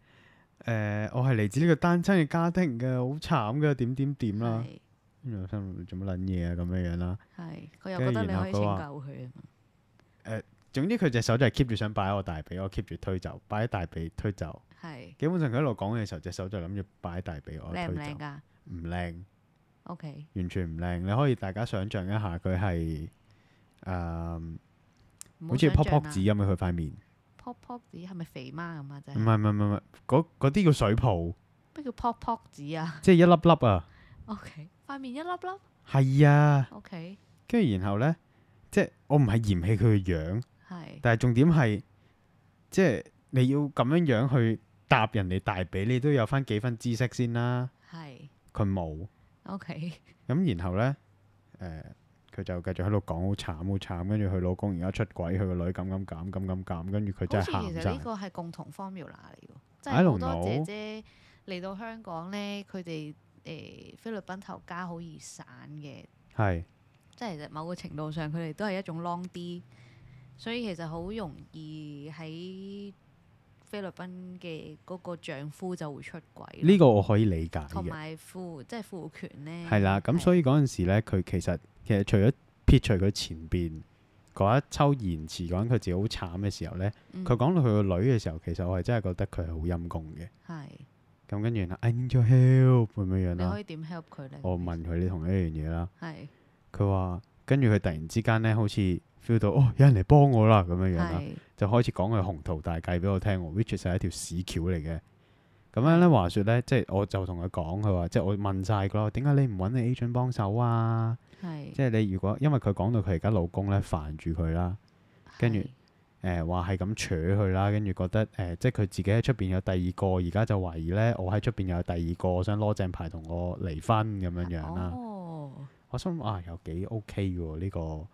Speaker 2: 誒、我係嚟自呢個單親嘅家庭嘅，好慘嘅，點點點啦。
Speaker 1: 係
Speaker 2: 跟住我心諗做乜撚嘢啊咁樣樣啦。
Speaker 1: 係，佢又
Speaker 2: 跟
Speaker 1: 覺
Speaker 2: 住
Speaker 1: 得你
Speaker 2: 然後
Speaker 1: 可以
Speaker 2: 佢
Speaker 1: 拯救
Speaker 2: 話
Speaker 1: 佢啊嘛，
Speaker 2: 總之佢隻手就係 keep 住想擺喺我大髀，我 keep 住推走，擺喺大髀推走。
Speaker 1: 係
Speaker 2: 基本上佢一路講嘅時候，隻手就諗住擺喺大髀，我推
Speaker 1: 靚唔靚
Speaker 2: 走。
Speaker 1: 㗎
Speaker 2: 唔靚，
Speaker 1: ？OK，
Speaker 2: 完全唔靚。你可以大家想像一下，佢係誒
Speaker 1: 唔
Speaker 2: 好
Speaker 1: 想
Speaker 2: 似
Speaker 1: 啊
Speaker 2: 泡
Speaker 1: 像
Speaker 2: 泡
Speaker 1: 啦
Speaker 2: 紙咁樣佢塊面。
Speaker 1: pop pop 子係咪肥媽咁啊？真
Speaker 2: 唔
Speaker 1: 係
Speaker 2: 係唔係唔係唔係，嗰嗰啲叫水泡，
Speaker 1: 咩叫 pop pop 子啊
Speaker 2: 即係一粒粒啊。
Speaker 1: ？OK，塊面一粒粒
Speaker 2: 係啊。
Speaker 1: ，OK，
Speaker 2: 跟住然後呢，即係我唔係嫌棄佢嘅樣，
Speaker 1: 係
Speaker 2: 但係重點係，即係你要咁樣樣去答人哋大髀，你都有翻幾分知識先啦。
Speaker 1: 係
Speaker 2: 佢冇，
Speaker 1: OK，
Speaker 2: 咁然後呢，誒、佢就繼續喺度講好慘好慘，跟住佢老公而家出軌，佢個女咁咁咁咁咁咁，跟住佢
Speaker 1: 好
Speaker 2: 真
Speaker 1: 似其
Speaker 2: 係喊
Speaker 1: 實呢
Speaker 2: 晒。
Speaker 1: 個係共同 formula 嚟嘅，即
Speaker 2: I
Speaker 1: 係
Speaker 2: don't
Speaker 1: 好多姐
Speaker 2: know
Speaker 1: 姐嚟到香港咧，佢哋誒菲律賓頭家好易散嘅，
Speaker 2: 係
Speaker 1: 即係其實某個程度上佢哋都係一種 long D，所以其實好容易喺菲律賓嘅嗰個丈夫就會出軌，
Speaker 2: 呢個我可以理解
Speaker 1: 同
Speaker 2: 嘅，
Speaker 1: 埋父即係父權咧，
Speaker 2: 嗯係啦。咁所以嗰陣時咧，佢其實其實除咗撇除佢前邊嗰一抽言辭講緊佢自己好慘嘅時候呢。
Speaker 1: 嗯
Speaker 2: 佢講到佢個女嘅時候，其實我係真係覺得佢係好陰公嘅。
Speaker 1: 係
Speaker 2: 咁跟住啦，I need your help 咁樣樣
Speaker 1: 你可
Speaker 2: 啦。
Speaker 1: 以點 help 佢咧？
Speaker 2: 我問佢你同一樣嘢啦，
Speaker 1: 係
Speaker 2: 佢話跟住佢突然之間咧，好似 feel 到哦，有人嚟幫我啦咁樣樣啦，
Speaker 1: 係
Speaker 2: 就開始講佢鴻圖大計俾我聽喎，which is 係一條屎橋嚟嘅。咁樣
Speaker 1: 嗯
Speaker 2: 咧，話説咧，即係我就同佢講，佢話即係我問晒佢啦，點解你唔揾你 agent 幫手啊？
Speaker 1: 係
Speaker 2: 即係你如果因為佢講到佢而家老公咧煩住佢啦。跟住誒話係咁扯佢啦，跟住覺得誒、即係佢自己喺出邊有第二個，而家就懷疑咧，我喺出邊有第二個，想攞正牌同我離婚咁樣樣啦。
Speaker 1: 哦，
Speaker 2: 我心諗啊，又幾 OK 喎呢、個呢、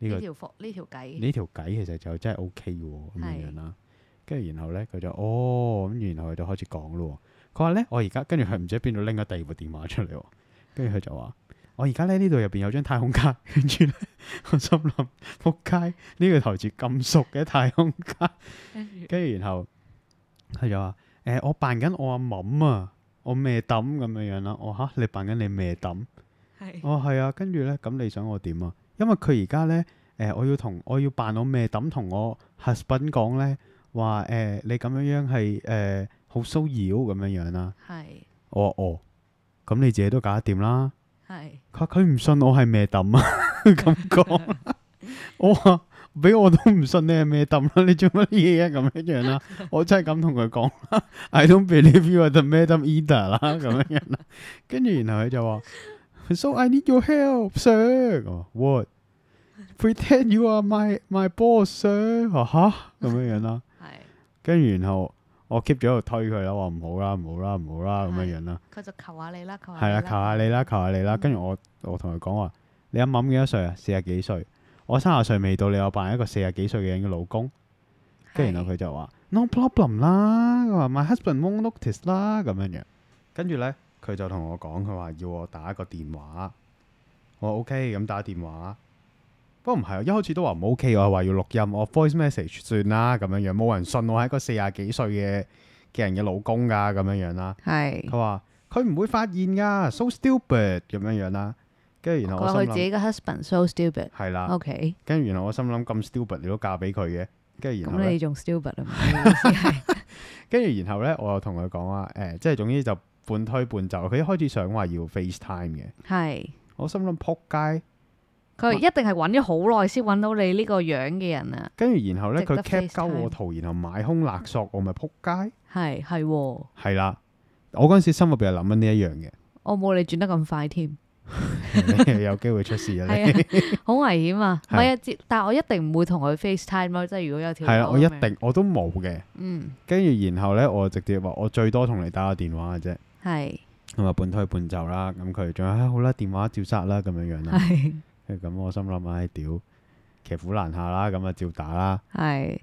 Speaker 1: 呢
Speaker 2: 個
Speaker 1: 條服呢條計
Speaker 2: 呢條計其實就真係 OK 喎咁樣
Speaker 1: 係
Speaker 2: 樣啦。跟住然後咧，佢就哦咁，然後佢就開始講咯喎。佢話咧，我而家跟住佢唔知喺邊度拎咗第二部電話出嚟喎，跟住佢就話。我而家咧呢度入邊有張太空卡， 跟住咧我心諗，仆街呢個台詞咁熟嘅太空卡，
Speaker 1: 跟住
Speaker 2: 跟住然後佢就話：誒、我扮緊我阿嫲啊，我咩抌咁樣樣啦。我吓你扮緊你咩抌？
Speaker 1: 係
Speaker 2: 我係啊。跟住咧，咁你想我點啊？因為佢而家咧誒，我要同我要扮我咩抌同我 husband 講咧，話誒、你咁樣樣係誒好騷擾咁樣樣啦。
Speaker 1: 係
Speaker 2: 我話哦，咁你自己都搞得掂啦。
Speaker 1: 係
Speaker 2: 佢話佢唔信我係咩抌啊， 咁講。我話俾我都唔信你係咩抌啦，你 做乜嘢啊咁樣樣啦？我真係咁同佢講啦，I don't believe you are the madam either 啦，咁樣樣啦。跟住然後佢就話，So I need your help, sir。我話 What? Pretend you are my my boss, sir。我話吓咁樣樣啦。
Speaker 1: 係，
Speaker 2: 跟住然後我 keep 咗喺度推佢啦，話唔好啦，唔好啦，唔好啦咁樣樣啦。
Speaker 1: 佢就求下你啦，求
Speaker 2: 係
Speaker 1: 下
Speaker 2: 啦，
Speaker 1: 你
Speaker 2: 求下你啦，求下你啦。
Speaker 1: 嗯
Speaker 2: 跟住我，我同佢講話：你阿嫲幾多歲啊？四十幾歲。我三十歲未到，你有扮一個四十幾歲嘅人嘅老公。跟住然後佢就話：no problem 啦，佢話 my husband won't notice 啦，咁樣樣。跟住呢，佢就同我講，佢話要我打一個電話。我話 OK，咁打電話。不過唔係，一開始都話唔 OK，我係話要錄音，我 voice message 算啦，咁樣樣冇人信我係一個四十幾歲嘅嘅人嘅老公㗎，咁樣樣啦。
Speaker 1: 係
Speaker 2: 佢話佢唔會發現㗎，so stupid 咁樣樣啦。跟住然
Speaker 1: 佢
Speaker 2: 後
Speaker 1: 話
Speaker 2: 我
Speaker 1: 佢
Speaker 2: 心
Speaker 1: 自哦
Speaker 2: 諗
Speaker 1: 己嘅 husband so stupid。
Speaker 2: 係啦，
Speaker 1: OK，
Speaker 2: 跟住然後我心諗咁 stupid 你都嫁俾佢嘅，跟住然後
Speaker 1: 咁
Speaker 2: 咧
Speaker 1: 你，仲 stupid 啊嘛？你意思係
Speaker 2: 跟住然後咧，我又同佢講話誒，即係總之就半推半就。佢一開始想話要 FaceTime 嘅，
Speaker 1: 係
Speaker 2: 我心諗撲街。
Speaker 1: 佢一定係揾咗好耐先揾到你呢個樣嘅人啊！
Speaker 2: 跟住然後咧，
Speaker 1: 值得
Speaker 2: 佢 cap 鳩
Speaker 1: FaceTime
Speaker 2: 我圖，然後買空勒索，我咪撲街。
Speaker 1: 係係喎，我
Speaker 2: 係啦，我嗰陣時心入邊係諗緊呢一樣
Speaker 1: 冇你轉得咁快添，
Speaker 2: 嘅， 有機會出事啊！你
Speaker 1: 係啊，好危險啊！唔
Speaker 2: 係
Speaker 1: 係啊接，但係我一定唔會同佢 FaceTime 咯，即係如果有條
Speaker 2: 係啦，
Speaker 1: 友
Speaker 2: 我一
Speaker 1: 咁樣，
Speaker 2: 定我都冇嘅。
Speaker 1: 嗯，
Speaker 2: 跟住然後咧，我直接話我最多同你打個電話嘅啫。
Speaker 1: 係
Speaker 2: 咁啊半推半就啦，咁佢仲啊好啦，電話照殺啦咁 樣樣啦，
Speaker 1: 係
Speaker 2: 哎跟住咁我心諗唉屌，騎虎難下啦，咁啊照打啦，
Speaker 1: 係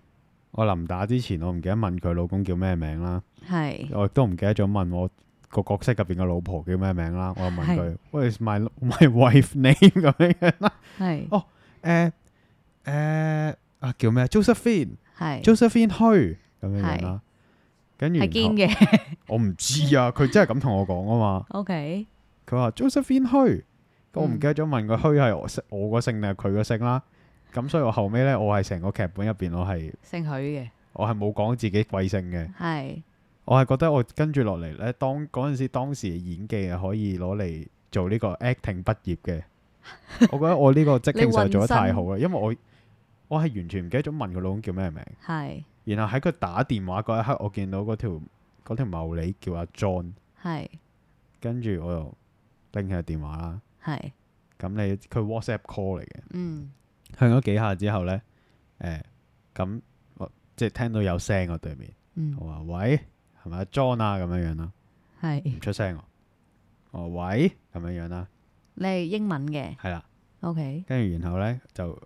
Speaker 2: 我臨打之前，我唔記得問佢老公叫咩名啦，
Speaker 1: 係
Speaker 2: 我亦都唔記得咗問我個角色入邊嘅老婆叫咩名啦。我又問佢
Speaker 1: 係
Speaker 2: ，What is my my wife name 咁樣樣啦。
Speaker 1: 係
Speaker 2: 哦誒誒啊叫咩？Josephine，Josephine
Speaker 1: 係
Speaker 2: 虛咁樣樣啦。跟住
Speaker 1: 係
Speaker 2: 然後
Speaker 1: 堅嘅
Speaker 2: 我唔知啊，佢真係咁同我講啊嘛。
Speaker 1: ，OK，
Speaker 2: 佢話 Josephine 虛，咁我唔
Speaker 1: 嗯
Speaker 2: 記得咗問佢虛係我姓我個姓定係佢個姓啦。咁所以我後尾咧，我係成個劇本入邊，我係
Speaker 1: 姓許嘅，
Speaker 2: 我係冇講自己貴姓嘅。
Speaker 1: 係
Speaker 2: 我係覺得我跟住落嚟咧，當嗰陣時當時嘅演技係可以攞嚟做呢個 acting 畢業 嘅。我覺得我呢個職
Speaker 1: 你
Speaker 2: 稱實在
Speaker 1: 渾
Speaker 2: 做得太
Speaker 1: 身
Speaker 2: 好啦，因為我我係完全唔記得咗問佢老公叫咩名。
Speaker 1: 係
Speaker 2: 然後喺佢打電話嗰一刻，我見到嗰條嗰條茂利叫阿 John，
Speaker 1: 係
Speaker 2: 跟住我又拎起個電話啦。
Speaker 1: 係，
Speaker 2: 咁你佢 WhatsApp call 嚟嘅，嗯
Speaker 1: 嗯
Speaker 2: 向咗幾下之後呢，誒咁我即係聽到有聲我對面，
Speaker 1: 嗯
Speaker 2: 我話喂係咪阿 John 啊咁樣樣啦。唔
Speaker 1: 係，
Speaker 2: 出聲喎。我話喂咁樣樣啦，
Speaker 1: 你係英文嘅
Speaker 2: 係啦，
Speaker 1: ，OK，
Speaker 2: 跟住然後咧就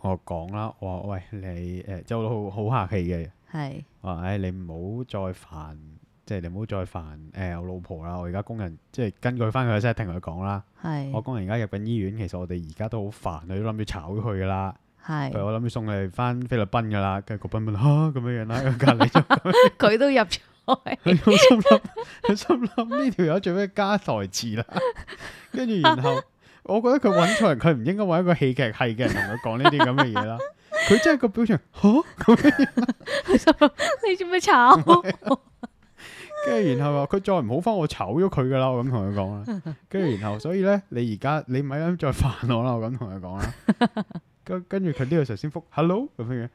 Speaker 2: 我講啦，我話喂你誒、即係我都好好客氣嘅，
Speaker 1: 係
Speaker 2: 我話唉你唔好再煩，即係你唔好再煩誒、我老婆啦，我而家工人即係根據翻佢嘅 setting 去講啦，我
Speaker 1: 係
Speaker 2: 工人而家入緊醫院，其實我哋而家都好煩，佢都諗住炒佢噶啦，佢話
Speaker 1: 係，
Speaker 2: 我諗住送你翻菲律賓噶啦，跟住個賓賓嚇咁樣樣啦， 隔離咗。
Speaker 1: 佢都入 咗去，
Speaker 2: 佢好心諗，佢心諗呢條友做咩加台詞啦？ 跟住然後，我覺得佢揾錯人，佢唔應該揾一個戲劇系嘅人同佢講呢啲咁嘅嘢啦。佢真係個表情吓咁樣，
Speaker 1: 你做咩炒？
Speaker 2: 跟住然後話佢再唔好翻，我炒咗佢噶啦。我咁同 佢講啦，跟住然後所以咧，你而家你咪諗再煩我啦。我咁同佢講啦，跟跟住佢呢個時候先復 hello 咁樣。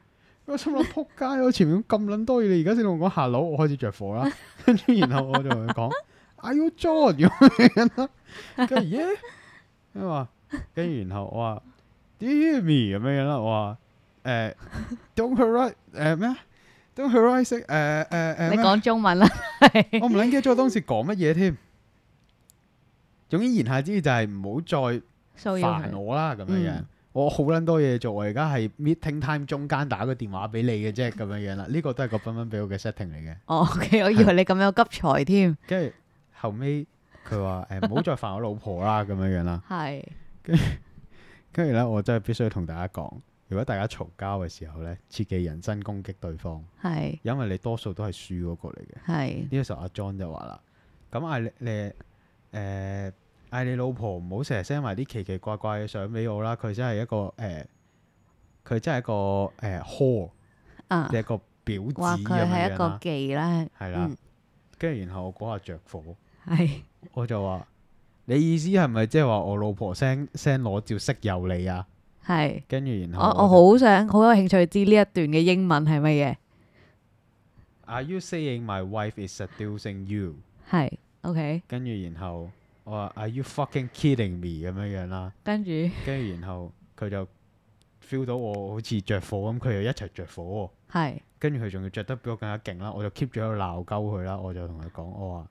Speaker 2: 我心諗撲街，我前面咁撚多嘢，你而家先同我講 hello，我開始着火 啦。跟住然後我就同佢講 Are you John 咁樣啦，跟住耶，佢話跟住然後我話 Do you hear me 咁樣樣啦，我話誒 Don't hurry 誒咩啊？Don't hurry 識誒誒誒
Speaker 1: 你
Speaker 2: 咩啊
Speaker 1: 講中文啦，係
Speaker 2: 我唔撚記得咗當時講乜嘢添。總之言下之意就係唔好再
Speaker 1: 騷擾
Speaker 2: 煩
Speaker 1: 佢，
Speaker 2: 我啦，咁樣樣。
Speaker 1: 嗯
Speaker 2: 我好撚多嘢做，我而家係 meeting time 中間打個電話俾你嘅啫，咁樣樣啦。呢、個都係個分分俾我嘅 setting 嚟嘅。
Speaker 1: 哦，OK，我以為你咁有急才添，
Speaker 2: 跟住後尾佢話誒唔好再煩我老婆啦，咁樣樣啦。
Speaker 1: 係
Speaker 2: 跟住咧，我真係必須同大家講，如果大家嘈交嘅時候咧，切忌人身攻擊對方，
Speaker 1: 係
Speaker 2: 因為你多數都係輸嗰個嚟嘅。
Speaker 1: 係
Speaker 2: 呢個時候阿 John 就話啦，咁嗌你你誒嗌、你老婆唔好成日 send 埋啲奇奇怪怪嘅相俾我啦，佢真係一個誒，佢、真係一個誒 whore，
Speaker 1: 啊
Speaker 2: 你，係一個婊
Speaker 1: 話
Speaker 2: 子
Speaker 1: 佢係
Speaker 2: 咁樣樣
Speaker 1: 一個
Speaker 2: 啦，
Speaker 1: 技啦，
Speaker 2: 係啦
Speaker 1: 嗯，
Speaker 2: 跟住、然後我嗰下着火，
Speaker 1: 係
Speaker 2: 我就話你意思係咪即係話我老婆 send send 裸照識有你啊？
Speaker 1: 係。
Speaker 2: 跟住然
Speaker 1: 我
Speaker 2: 後
Speaker 1: 我好想好有興趣知呢一段嘅英文係乜嘢？
Speaker 2: 好，Are you saying my wife is seducing you？
Speaker 1: 係 OK，
Speaker 2: 跟住然後我話 Are you fucking kidding me 咁樣樣啦。
Speaker 1: 跟住
Speaker 2: 跟住然後佢就 feel 到我好似着火咁，佢又一齊着火喎。
Speaker 1: 係
Speaker 2: 跟住佢仲要着得比我更加勁啦，我就 keep 住喺度鬧鳩佢啦。我就同佢講，我話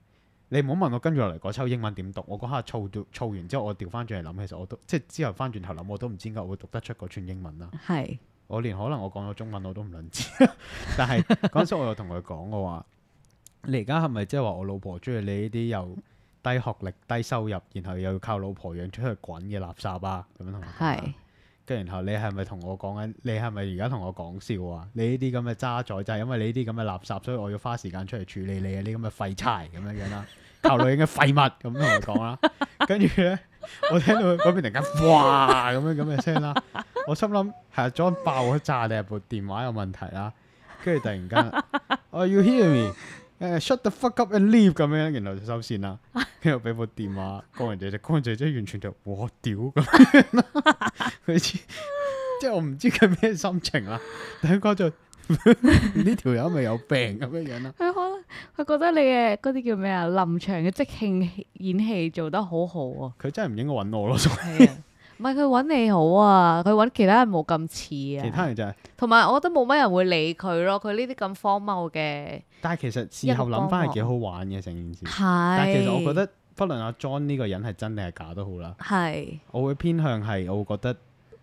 Speaker 2: 你唔好問我跟住落嚟嗰抽英文點讀。我嗰下燥到燥完之後，我調翻轉嚟諗，其實我都即係之後翻轉頭諗，我都唔知點解我會讀得出嗰串英文啦。
Speaker 1: 係
Speaker 2: 我連可能我講咗中文我都唔撚知， 但係嗰陣時我又同佢講，我話你而家係咪即係話我老婆中意你呢啲又低學歷、低收入，然後又要靠老婆養出去滾嘅垃圾啊？咁樣同佢講啦
Speaker 1: 係
Speaker 2: 跟住然後你係咪同我講緊？你係咪而家同我講笑啊？你呢啲咁嘅渣仔就係因為你呢啲咁嘅垃圾，所以我要花時間出嚟處理你啊！呢啲咁嘅廢柴咁樣樣啦，靠女人嘅廢物咁同佢講啦。跟住咧， 我聽到佢嗰邊突然間哇咁樣咁嘅聲啦，我心諗係阿 John 爆咗炸定係部電話有問題啦。跟住突然間，我要 hear me，誒 shut the fuck up and leave 咁樣，然後就收線啦。跟住俾部電話工人姐姐，工人姐姐完全就我屌咁樣啦，佢知 即係我唔知佢咩心情啦。但係嗰就 呢條友咪有病咁樣樣啦。
Speaker 1: 佢可能佢覺得你嘅嗰啲叫咩啊？臨場嘅即興演戲做得好好啊！
Speaker 2: 佢真係唔應該揾我咯，所以
Speaker 1: 係啊，唔係佢揾你好啊，佢揾其他人冇咁
Speaker 2: 其
Speaker 1: 似
Speaker 2: 他
Speaker 1: 啊，
Speaker 2: 人就係、
Speaker 1: 同埋我覺得冇乜人會理佢咯。佢呢啲咁荒謬嘅
Speaker 2: 但係其實事後諗翻係幾好玩嘅成件事。
Speaker 1: 啊係，
Speaker 2: 但係其實我覺得，不論阿 John 呢個人係真定係假都好啦，
Speaker 1: 係
Speaker 2: 我會偏向係我會覺得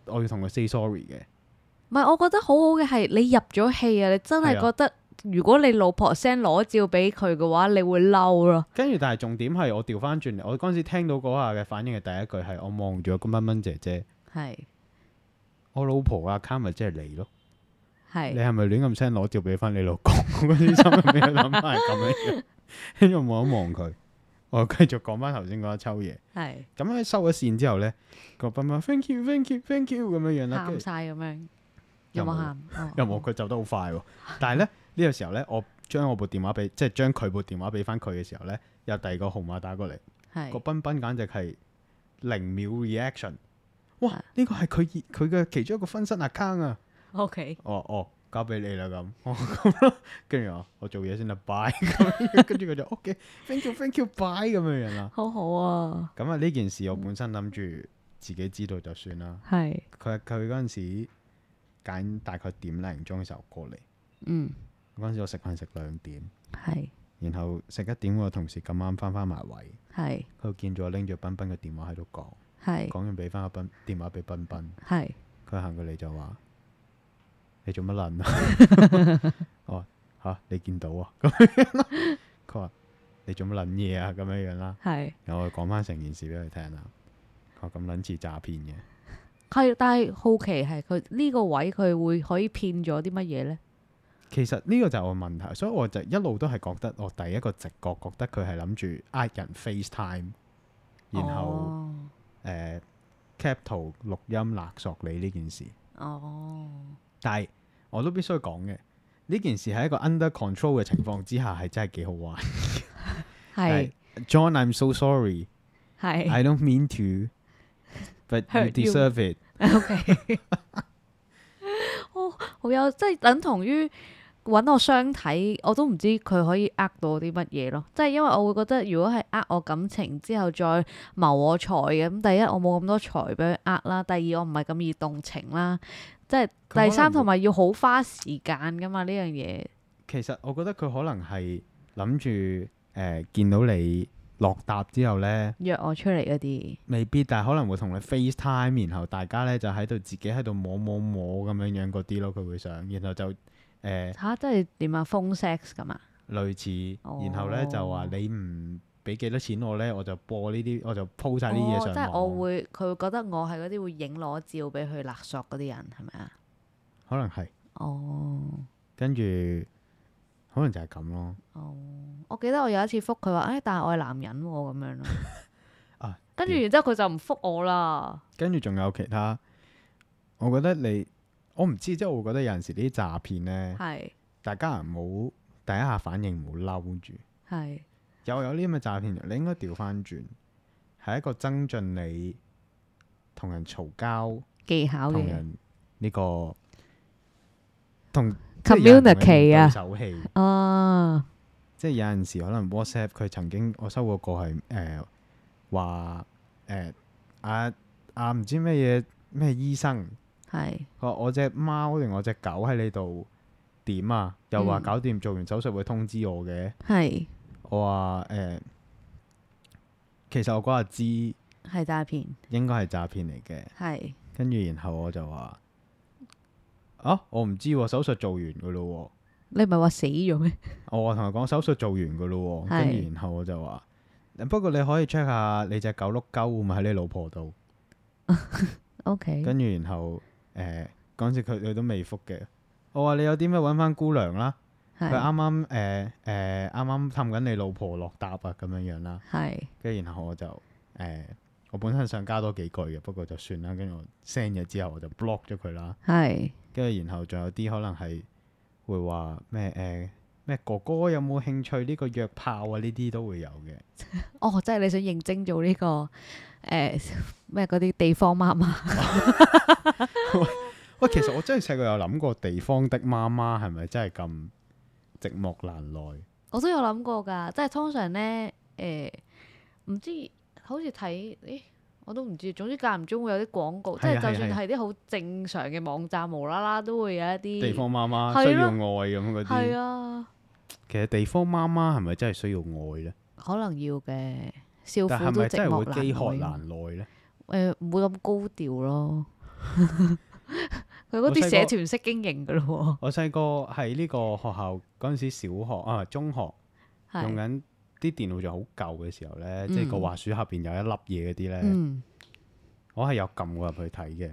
Speaker 2: 我要同佢 say sorry 嘅。
Speaker 1: 唔係，我覺得好好嘅係你入咗戲啊！你真係
Speaker 2: 係啊
Speaker 1: 覺得，如果你老婆 send 裸照俾佢嘅話，你會嬲咯。
Speaker 2: 跟住但係重點係我調翻轉嚟，我嗰陣時聽到嗰下嘅反應係第一句係我望住個蚊蚊姐姐，
Speaker 1: 係
Speaker 2: 我老婆啊卡咪即係你咯，你
Speaker 1: 係
Speaker 2: 係咪亂咁 send 裸照俾翻你老公？ 我嗰啲心入面嘅諗法係咁樣樣，跟住我望一望佢，我繼續講翻頭先嗰一抽嘢。
Speaker 1: 係
Speaker 2: 咁樣收咗線之後咧，個斌斌 thank you thank you thank you 咁樣樣啦，跟
Speaker 1: 喊
Speaker 2: 住
Speaker 1: 晒咁樣，有
Speaker 2: 又
Speaker 1: 冇
Speaker 2: 冇
Speaker 1: 喊？哦
Speaker 2: 又冇佢走得好快喎。但係咧呢個時候咧，我將我部電話俾，即係將佢部電話俾翻佢嘅時候咧，有第二個號碼打過嚟，個
Speaker 1: 係
Speaker 2: 斌斌簡直係零秒 reaction。哇
Speaker 1: 啊！
Speaker 2: 呢個係佢佢嘅其中一個分身 account 啊！
Speaker 1: OK
Speaker 2: 哦哦，交俾你啦咁，我咁 咯，跟住我我做嘢先啦，bye 咁樣，跟住佢就 OK，thank you，thank you，bye 咁樣樣啦。
Speaker 1: 好好啊，
Speaker 2: 咁啊呢件事我本身諗住自己知道就算啦。
Speaker 1: 係
Speaker 2: 佢佢嗰陣時揀大概點零鐘嘅時候過嚟，
Speaker 1: 嗯
Speaker 2: 嗰陣時我食飯食兩點，
Speaker 1: 係
Speaker 2: 然後食一點個同事咁啱翻返埋位，
Speaker 1: 係
Speaker 2: 佢見咗我拎住彬彬嘅電話喺度講，
Speaker 1: 係
Speaker 2: 講完俾翻個彬電話俾彬彬，
Speaker 1: 係
Speaker 2: 佢行過嚟就話：你做乜撚啊？我話吓你見到啊咁樣啦，佢話你做乜撚嘢啊咁樣樣啦，
Speaker 1: 係
Speaker 2: 然後我講翻成件事俾佢聽啦，佢話咁撚似詐騙嘅。
Speaker 1: 係，但係好奇係佢呢個位佢會可以騙咗啲乜嘢咧？
Speaker 2: 其實呢個就係我問題，所以我就一路都係覺得我第一個直覺覺得佢係諗住呃人 FaceTime，然後
Speaker 1: 哦
Speaker 2: 誒 cap 圖錄音勒索你呢件事。
Speaker 1: 哦
Speaker 2: 但係我都必須講嘅，呢件事喺一個 under control 嘅情況之下係真係幾好玩。
Speaker 1: 係
Speaker 2: 但係 John，I'm so sorry.
Speaker 1: 係
Speaker 2: I don't mean to, but
Speaker 1: Eh.
Speaker 2: you
Speaker 1: Hurt you.
Speaker 2: deserve it.
Speaker 1: OK，哦好有即係等同於揾我相睇，我都唔知佢可以呃到我啲乜嘢咯。即係因為我會覺得，如果係呃我感情之後再謀我財嘅，咁第一我冇咁多財俾佢呃啦，第二我唔係咁易動情啦，即係
Speaker 2: 可能
Speaker 1: 第三
Speaker 2: 會
Speaker 1: 同埋要好花時間噶嘛呢樣嘢。
Speaker 2: 其實我覺得佢可能係諗住誒見到你落搭之後呢。
Speaker 1: 約我出嚟嗰啲，
Speaker 2: 未必，但係可能會同你 FaceTime，然後大家咧就喺度自己喺度摸摸摸咁樣樣嗰啲咯，佢會想，然後就誒、呃、
Speaker 1: 吓、即係點啊？phone sex 咁啊？
Speaker 2: 類似，
Speaker 1: 哦
Speaker 2: 然後咧就話你唔俾幾多錢我咧，我就播呢啲，我就 po 晒呢啲
Speaker 1: 哦
Speaker 2: 嘢
Speaker 1: 即
Speaker 2: 上
Speaker 1: 係
Speaker 2: 網。啊
Speaker 1: 我會佢會覺得我係嗰啲會影裸照俾佢勒索嗰啲人係咪啊？
Speaker 2: 可能係
Speaker 1: 哦。
Speaker 2: 跟住，可能就係咁咯。
Speaker 1: 哦，我記得我有一次覆佢話，誒、哎但係我係男人喎、咁樣咯。
Speaker 2: 啊
Speaker 1: 跟住然之後佢就唔覆我啦。
Speaker 2: 跟住仲有其他，我覺得你我唔知，即係我會覺得有陣時呢啲詐騙咧，
Speaker 1: 係
Speaker 2: 大家唔好第一下反應唔好嬲住。
Speaker 1: 係
Speaker 2: 又有呢咁嘅詐騙，你應該調翻轉，係一個增進你同人嘈交、
Speaker 1: 技巧
Speaker 2: 同
Speaker 1: 嘅
Speaker 2: 人呢個同
Speaker 1: communicate 啊，
Speaker 2: 手氣。
Speaker 1: 啊
Speaker 2: 即係有陣時可能 WhatsApp 佢曾經我收過個係誒話誒啊啊唔知咩嘢咩醫生，
Speaker 1: 係
Speaker 2: 佢話我只貓定我只狗喺你度點啊？又話
Speaker 1: 嗯
Speaker 2: 搞掂做完手術會通知我嘅。
Speaker 1: 係
Speaker 2: 我話誒、呃其實我嗰日知
Speaker 1: 係詐騙，
Speaker 2: 應該係詐騙嚟嘅，
Speaker 1: 係
Speaker 2: 跟住然後我就話啊，我唔知喎，手術做完噶咯
Speaker 1: 你唔係話死咗咩？
Speaker 2: 喎，我話同佢講手術做完噶咯喎，
Speaker 1: 係
Speaker 2: 跟住然後我就話，嗯不過你可以 check 下你只狗碌鳩會唔會喺你老婆度，
Speaker 1: O K，
Speaker 2: 跟住然後誒嗰陣時佢佢都未覆嘅，我話你有啲咩揾翻姑娘啦，佢
Speaker 1: 係
Speaker 2: 啱啱誒誒啱啱氹緊你老婆落搭啊咁樣樣啦。
Speaker 1: 係
Speaker 2: 跟住然後我就誒、呃我本身想加多幾句嘅，不過就算啦。跟住我 send 咗之後，我就 block 咗佢啦。
Speaker 1: 係
Speaker 2: 跟住然後仲有啲可能係會話咩誒咩哥哥有冇興趣呢個約炮啊？呢啲都會有嘅。
Speaker 1: 哦，即係你想認真做呢、個誒咩嗰啲地方媽媽
Speaker 2: 喂，其實我真係細個有諗過，地方的媽媽係咪真係咁寂寞難耐？
Speaker 1: 我都有諗過㗎，即係通常咧誒唔知好似睇誒我都唔知，總之間唔中會有啲廣告，即
Speaker 2: 係
Speaker 1: 係
Speaker 2: 啊
Speaker 1: 就
Speaker 2: 係
Speaker 1: 算
Speaker 2: 啊
Speaker 1: 係啲好正常嘅網站，無啦啦都會有一啲
Speaker 2: 地方媽媽
Speaker 1: 係
Speaker 2: 需要
Speaker 1: 咯
Speaker 2: 愛咁嗰
Speaker 1: 係
Speaker 2: 啲，
Speaker 1: 啊，
Speaker 2: 其實地方媽媽係咪真係需要愛呢？
Speaker 1: 可能要嘅少
Speaker 2: 但
Speaker 1: 婦
Speaker 2: 係
Speaker 1: 都
Speaker 2: 咪真
Speaker 1: 寂
Speaker 2: 係
Speaker 1: 寞
Speaker 2: 會飢渴
Speaker 1: 難耐
Speaker 2: 難耐呢？
Speaker 1: 誒唔會咁高調咯。 佢嗰啲
Speaker 2: 我細個
Speaker 1: 社團式經營噶咯
Speaker 2: 我細個喺呢個學校嗰陣時，小學啊、中學
Speaker 1: 喎，
Speaker 2: 用
Speaker 1: 係
Speaker 2: 緊啲電腦就好舊嘅時候咧，即係個
Speaker 1: 嗯
Speaker 2: 滑鼠下邊有一粒嘢嗰啲咧，
Speaker 1: 嗯，
Speaker 2: 我係有撳過入去睇嘅。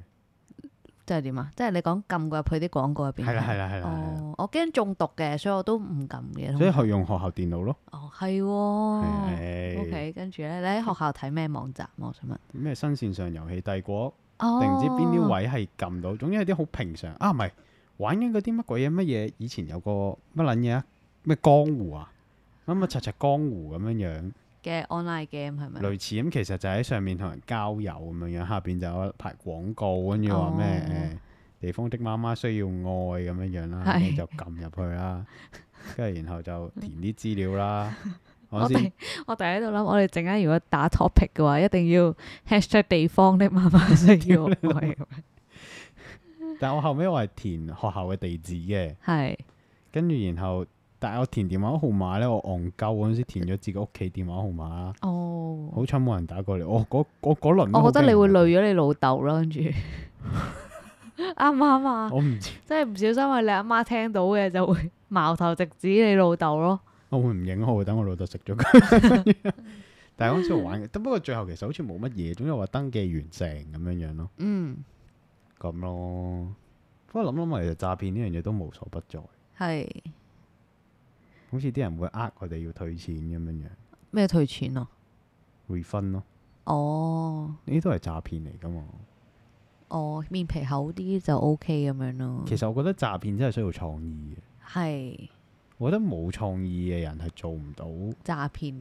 Speaker 1: 即係點啊？即係你講撳過入去啲廣告入邊，
Speaker 2: 係啦係啦係啦係啦，
Speaker 1: 哦，我驚中毒嘅，所以我都唔撳嘅。
Speaker 2: 所
Speaker 1: 通
Speaker 2: 以
Speaker 1: 常
Speaker 2: 學用學校電腦咯。
Speaker 1: 哦，係喎。
Speaker 2: 係
Speaker 1: OK，跟住咧，你喺學校睇咩網站啊？我想問。
Speaker 2: 咩新線上遊戲帝國
Speaker 1: 哦，
Speaker 2: 定唔知邊啲位係撳到，總之係啲好平常啊，唔係玩緊嗰啲乜鬼嘢乜嘢，以前有個乜撚嘢啊，咩江湖啊，乜乜柒柒江湖咁樣樣，
Speaker 1: 嘅 online game 係咪？
Speaker 2: 類似咁其實就喺上面同人交友咁樣樣，下邊就有一排廣告，跟住話咩
Speaker 1: 哦
Speaker 2: 誒地方的媽媽需要愛咁樣樣啦，
Speaker 1: 係
Speaker 2: 跟住就撳入去啦，跟住然 後就填啲資料啦，
Speaker 1: 我
Speaker 2: 我
Speaker 1: 哋
Speaker 2: 先
Speaker 1: 我哋喺度諗，我哋陣間如果打 topic 嘅話，一定要 hashtag 地方的媽媽需要 愛，
Speaker 2: 但我後尾我係填學校嘅地址嘅。
Speaker 1: 係
Speaker 2: 跟住然後，但係我填電話號碼咧，我戇鳩嗰陣時填咗自己屋企電話號碼啦，
Speaker 1: 哦。
Speaker 2: 好彩冇人打過嚟。我嗰我嗰輪，
Speaker 1: 我覺得你會累，咗你老豆啦，跟住啱唔啱啊？
Speaker 2: 我唔知，
Speaker 1: 即係唔小心，係你阿媽聽到嘅就會矛頭直指你老豆咯。
Speaker 2: 我會唔影號，等我老豆食咗佢。 但係嗰陣時我玩嘅，不過最後其實好似冇乜嘢，總之我話登記完成咁樣樣咯，
Speaker 1: 嗯，
Speaker 2: 咁咯。不過諗諗其實詐騙呢樣嘢都無所不在，
Speaker 1: 係
Speaker 2: 好似啲人會呃我哋要退錢咁樣樣
Speaker 1: 咩退錢啊？
Speaker 2: refund 咯，
Speaker 1: 哦
Speaker 2: 呢啲都係詐騙嚟噶嘛。
Speaker 1: 哦，面皮厚啲就 OK 咁樣咯。
Speaker 2: 其實我覺得詐騙真係需要創意嘅，
Speaker 1: 係
Speaker 2: 我覺得冇創意嘅人係做唔到。
Speaker 1: 詐騙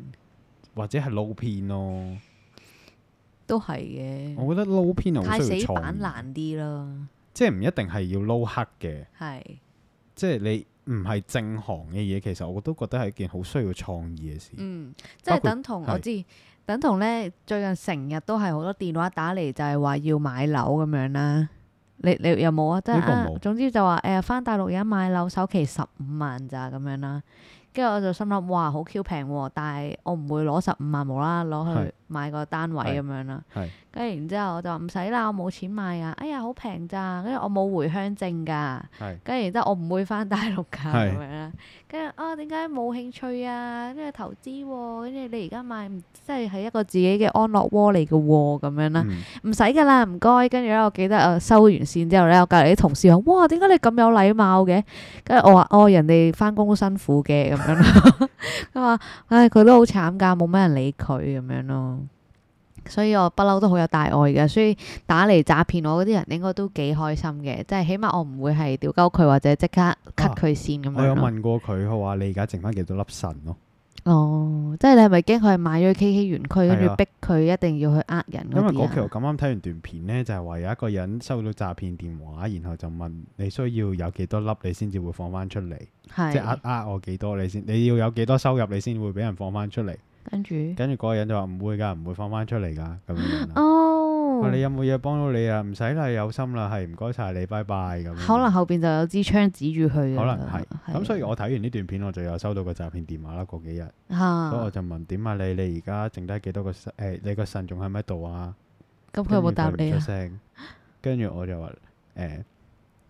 Speaker 2: 或者係撈片咯。
Speaker 1: 都係嘅，
Speaker 2: 我覺得撈片係好
Speaker 1: 嗯太
Speaker 2: 需要
Speaker 1: 死板
Speaker 2: 創意，
Speaker 1: 難啲啦。
Speaker 2: 即係唔一定係要撈黑嘅，
Speaker 1: 係
Speaker 2: 即係你唔係正行嘅嘢，其實我都覺得係一件好需要創意嘅事。
Speaker 1: 嗯，即
Speaker 2: 包
Speaker 1: 係
Speaker 2: 括
Speaker 1: 等同
Speaker 2: 係
Speaker 1: 我知，等同咧最近成日都係好多電話打嚟，就係話要買樓咁樣啦。你你有冇啊？即係
Speaker 2: 呢個
Speaker 1: 啊
Speaker 2: 冇，
Speaker 1: 總之就話誒，翻大陸而家買樓首期十五萬咋咁樣啦。跟住我就心諗，哇，好 Q 平喎！但係我唔會攞十五萬無啦啦攞
Speaker 2: 係
Speaker 1: 去買個單位咁
Speaker 2: 係
Speaker 1: 樣啦
Speaker 2: 係。
Speaker 1: 跟住然之後我就話唔使啦，我冇錢買啊！哎呀，好平咋！跟住我冇回鄉證㗎。
Speaker 2: 係
Speaker 1: 跟住然之後我唔會翻大陸㗎
Speaker 2: 係
Speaker 1: 咁樣啦。跟住啊，點解冇興趣啊？跟住投資喎、跟住你而家買唔，即係係一個自己嘅安樂窩嚟嘅喎，咁樣啦，
Speaker 2: 嗯
Speaker 1: 唔使㗎啦，唔該。跟住咧，我記得誒收完線之後咧，我隔離啲同事話：哇，點解你咁有禮貌嘅？跟住我話：哦，人哋翻工都辛苦嘅咁樣啦。 佢話：唉，佢都好慘㗎，冇乜人理佢咁樣咯。所以我不嬲都好有大愛嘅，所以打嚟詐騙我嗰啲人應該都幾開心嘅，即係起碼我唔會係屌鳩佢或者即刻 cut 佢線咁
Speaker 2: 啊
Speaker 1: 啊
Speaker 2: 我有
Speaker 1: 樣咯。
Speaker 2: 問過啊佢，佢話你而家剩翻幾多粒腎咯？
Speaker 1: 哦，即係你係咪驚佢係買咗 K K 園區，跟
Speaker 2: 係
Speaker 1: 住
Speaker 2: 啊
Speaker 1: 逼佢一定要去呃人
Speaker 2: 因為
Speaker 1: 嗰啲
Speaker 2: 嗰期
Speaker 1: 啊
Speaker 2: 我咁啱睇完段片呢，就係話有一個人收到詐騙電話，然後就問你需要有幾多粒你先至會放翻出嚟，即係
Speaker 1: 係
Speaker 2: 呃呃我幾多你先，你要有幾多收入你先會俾人放翻出嚟。
Speaker 1: 跟住
Speaker 2: 跟住嗰個人就話唔會㗎，唔會放翻出嚟㗎咁樣啦。
Speaker 1: 哦
Speaker 2: 喂，你有冇嘢幫到你啊？唔使啦，有心啦，係唔該晒你，拜拜咁樣。
Speaker 1: 可能後邊就有支槍指住佢㗎
Speaker 2: 可
Speaker 1: 啦。
Speaker 2: 能係
Speaker 1: 啊
Speaker 2: 咁，所以我睇完呢段片，我就有收到個詐騙電話啦。過幾日，所以我
Speaker 1: 嚇，
Speaker 2: 就問點啊你？你而家剩低幾多個腎？誒，你個腎仲喺咪度啊？
Speaker 1: 咁佢有冇
Speaker 2: 跟住
Speaker 1: 答
Speaker 2: 唔
Speaker 1: 你啊
Speaker 2: 出？聲，跟住我就話 誒，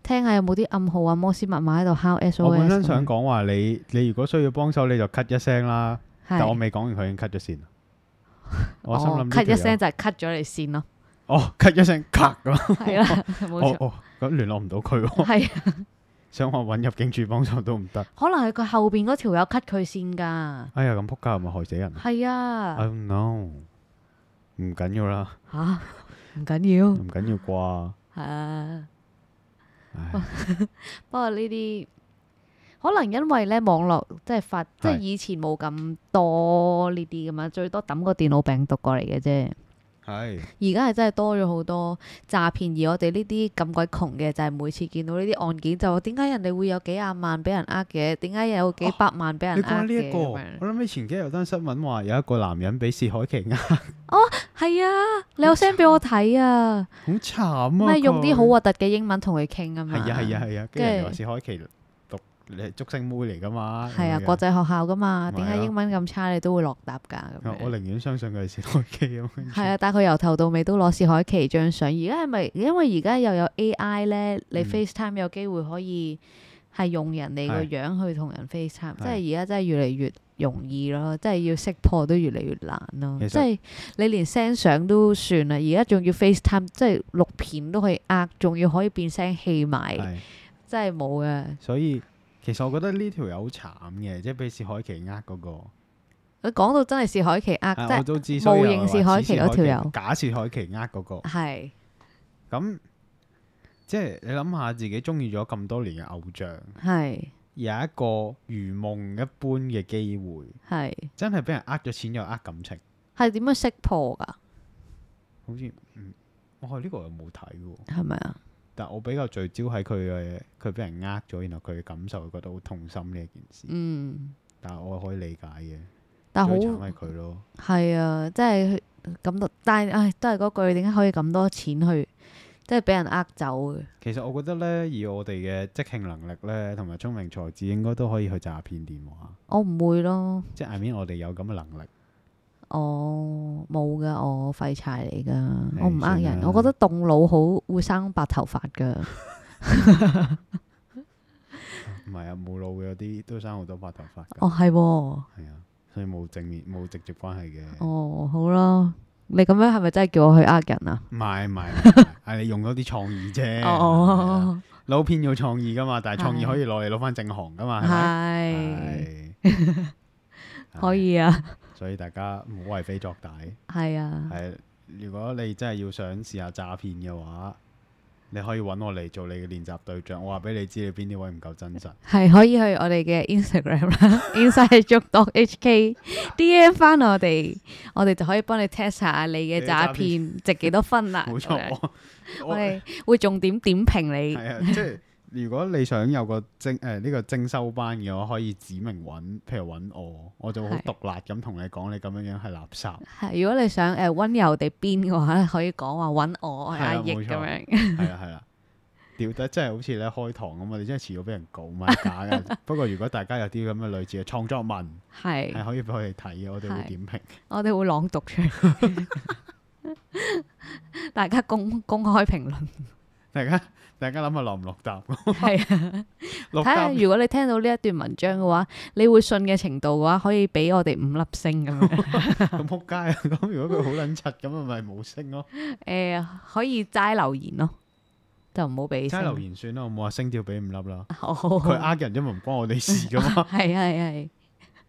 Speaker 1: 聽下有冇啲暗號啊、摩斯密碼喺度敲 SOS 咁樣。
Speaker 2: 我本身想講話你，你如果需要幫手你就咳一聲啦，但我
Speaker 1: 啊係，
Speaker 2: 未講完佢已經咳 咗先。我心諗
Speaker 1: 哦
Speaker 2: 呢
Speaker 1: ，cut
Speaker 2: 條
Speaker 1: 一
Speaker 2: 友
Speaker 1: 聲，就係 cut 咗你線 咯，
Speaker 2: 哦咳一聲咳咁，
Speaker 1: 係啦， 冇
Speaker 2: 哦
Speaker 1: 錯，
Speaker 2: 哦咁聯絡唔到佢 喎，
Speaker 1: 係啊
Speaker 2: 想我揾入境處幫手都唔得。
Speaker 1: 可能係佢後邊嗰條友 cut 佢線㗎。
Speaker 2: 哎呀，咁仆街係咪害死人啊
Speaker 1: 係啊，
Speaker 2: ？I don't know，唔緊要啦，
Speaker 1: 嚇唔緊要，
Speaker 2: 唔緊要啩。
Speaker 1: 係啊。
Speaker 2: 唉
Speaker 1: 不過呢啲可能因為咧網絡即係發，即係
Speaker 2: 係
Speaker 1: 以前冇咁多呢啲咁樣，最多抌個電腦病毒過嚟嘅啫。
Speaker 2: 係
Speaker 1: 而家係真係多咗好多詐騙，而我哋呢啲咁鬼窮嘅，就係每次見到呢啲案件就話點解人哋會有幾廿萬俾人呃嘅，點解有幾百萬俾人
Speaker 2: 你
Speaker 1: 呃
Speaker 2: 講呢
Speaker 1: 嘅
Speaker 2: 一個，
Speaker 1: 咁
Speaker 2: 我
Speaker 1: 樣？
Speaker 2: 諗起前幾日有單新聞話有一個男人俾薛凱琪呃，
Speaker 1: 係啊，你有 send 俾我睇啊，
Speaker 2: 好慘啊！
Speaker 1: 咩用啲好
Speaker 2: 佢
Speaker 1: 核突嘅英文同佢傾啊嘛？
Speaker 2: 係啊係啊係啊，跟住人哋話薛凱琪毒你係竹星妹嚟噶嘛？
Speaker 1: 係啊，
Speaker 2: 咁樣
Speaker 1: 國際學校噶嘛，
Speaker 2: 咪
Speaker 1: 點解
Speaker 2: 係咯
Speaker 1: 英文咁差你都會落答㗎？咁
Speaker 2: 我
Speaker 1: 樣
Speaker 2: 寧願相信佢係史萊基咁樣。
Speaker 1: 係啊，但係佢由頭到尾都攞薛凱琪張相。而家係咪因為而家又有 AI 咧？你
Speaker 2: 嗯
Speaker 1: FaceTime 有機會可以係用人哋個
Speaker 2: 係
Speaker 1: 樣去同人 FaceTime，即
Speaker 2: 係
Speaker 1: 係而家真係越嚟越容易咯，即係要識破都越嚟越難咯。
Speaker 2: 其
Speaker 1: 即
Speaker 2: 實
Speaker 1: 係你連 send 相都算啦，而家仲要 FaceTime，即係錄片都可以呃，仲要可以變聲器埋，
Speaker 2: 係，
Speaker 1: 真係冇嘅。
Speaker 2: 所以其實我覺得呢條友好慘嘅，即係俾史海琪呃嗰個。
Speaker 1: 佢講到真係薛凱琪呃，即
Speaker 2: 啊我
Speaker 1: 係
Speaker 2: 都知，所以
Speaker 1: 冒
Speaker 2: 我
Speaker 1: 認
Speaker 2: 話
Speaker 1: 史凱琪
Speaker 2: 史
Speaker 1: 嗰
Speaker 2: 凱
Speaker 1: 條
Speaker 2: 琪
Speaker 1: 友
Speaker 2: 假設海琪呃嗰個。
Speaker 1: 係
Speaker 2: 咁即係你諗下，自己中意咗咁多年嘅偶像，
Speaker 1: 係
Speaker 2: 有一個如夢一般嘅機會，
Speaker 1: 係
Speaker 2: 真係俾人呃咗錢又呃感情，
Speaker 1: 係點樣識破㗎？
Speaker 2: 好似嗯，我呢、個又冇睇喎。
Speaker 1: 係咪啊？
Speaker 2: 但我比較聚焦喺佢嘅，佢俾人呃咗，然後佢嘅感受，覺得好痛心呢一件事。
Speaker 1: 嗯，
Speaker 2: 但係我可以理解嘅，
Speaker 1: 但
Speaker 2: 最
Speaker 1: 好
Speaker 2: 慘係佢咯。
Speaker 1: 係啊，即係咁多，但係唉，都係嗰句，點解可以咁多錢去，即係俾人呃走嘅？
Speaker 2: 其實我覺得呢，以我哋嘅即興能力呢，同埋聰明才智，應該都可以去詐騙電話。
Speaker 1: 我唔會咯，
Speaker 2: 即係 I mean，我哋有咁嘅能力。
Speaker 1: 我冇噶，我廢柴嚟噶，
Speaker 2: 唉
Speaker 1: 我唔呃
Speaker 2: 算
Speaker 1: 人，
Speaker 2: 啦
Speaker 1: 我覺得動腦好會生白頭髮噶，
Speaker 2: 唔係啊，冇腦嘅有啲都生好多白頭髮㗎。
Speaker 1: 哦係喎，
Speaker 2: 係啊，所以冇正面冇直接關係嘅。
Speaker 1: 哦好啦，你咁樣係咪真係叫我去呃人啊？
Speaker 2: 唔係唔係，唔係唔係係你用咗啲創意啫。係啊，
Speaker 1: 哦，
Speaker 2: 撈偏咗創意㗎嘛，但係創意
Speaker 1: 係
Speaker 2: 可以攞嚟攞翻正行㗎嘛，係咪？
Speaker 1: 係
Speaker 2: 係啊
Speaker 1: 可，以啊，
Speaker 2: 係所以大家唔好為非作歹。
Speaker 1: 係啊，
Speaker 2: 係，如果你真係要想試下詐騙嘅話，你可以揾我嚟做你嘅練習對象。我話俾你知，你邊啲位唔夠 真實。
Speaker 1: 係可以去我哋嘅 Instagram 啦，Inside Joke Dog HK DM 翻我哋，我哋就可以幫你 test 下你嘅
Speaker 2: 你嘅
Speaker 1: 詐
Speaker 2: 詐
Speaker 1: 騙值幾多分啦。
Speaker 2: 冇
Speaker 1: 咁樣
Speaker 2: 錯，
Speaker 1: 我
Speaker 2: 我我
Speaker 1: 哋會重點點評你。
Speaker 2: 係啊，即係如果你想有個精誒呢個精修班嘅話，可以指明揾，譬如揾我，我就好
Speaker 1: 係
Speaker 2: 毒辣咁同你講，你咁樣樣係垃圾，
Speaker 1: 係，如果你想誒温柔地編嘅話，可以講話揾我我係
Speaker 2: 係啊
Speaker 1: 阿奕
Speaker 2: 冇錯
Speaker 1: 咁樣。
Speaker 2: 係啦係啦。屌得真係好似咧開堂咁，我哋真係遲早俾人告，唔係假嘅。不過如果大家有啲咁嘅類似嘅創作文，係
Speaker 1: 係，
Speaker 2: 可以俾我哋睇嘅，我哋會
Speaker 1: 係
Speaker 2: 點評。
Speaker 1: 我哋會朗讀出嚟， 大家公公開評 論。
Speaker 2: 大家大家諗下落唔落答？
Speaker 1: 係啊，
Speaker 2: 落
Speaker 1: 睇下
Speaker 2: 答
Speaker 1: 如果你聽到呢一段文章嘅話，你會信嘅程度嘅話，可以俾我哋五粒星咁樣。
Speaker 2: 咁撲街啊！咁如果佢好撚柒，咁咪冇升咯。
Speaker 1: 誒，呃可以齋留言咯，就唔好俾
Speaker 2: 齋
Speaker 1: 星
Speaker 2: 留。言算啦，我冇話升掉俾五粒啦。
Speaker 1: 好，
Speaker 2: 佢
Speaker 1: 係
Speaker 2: 呃人，因為唔關我哋事噶嘛。
Speaker 1: 係係，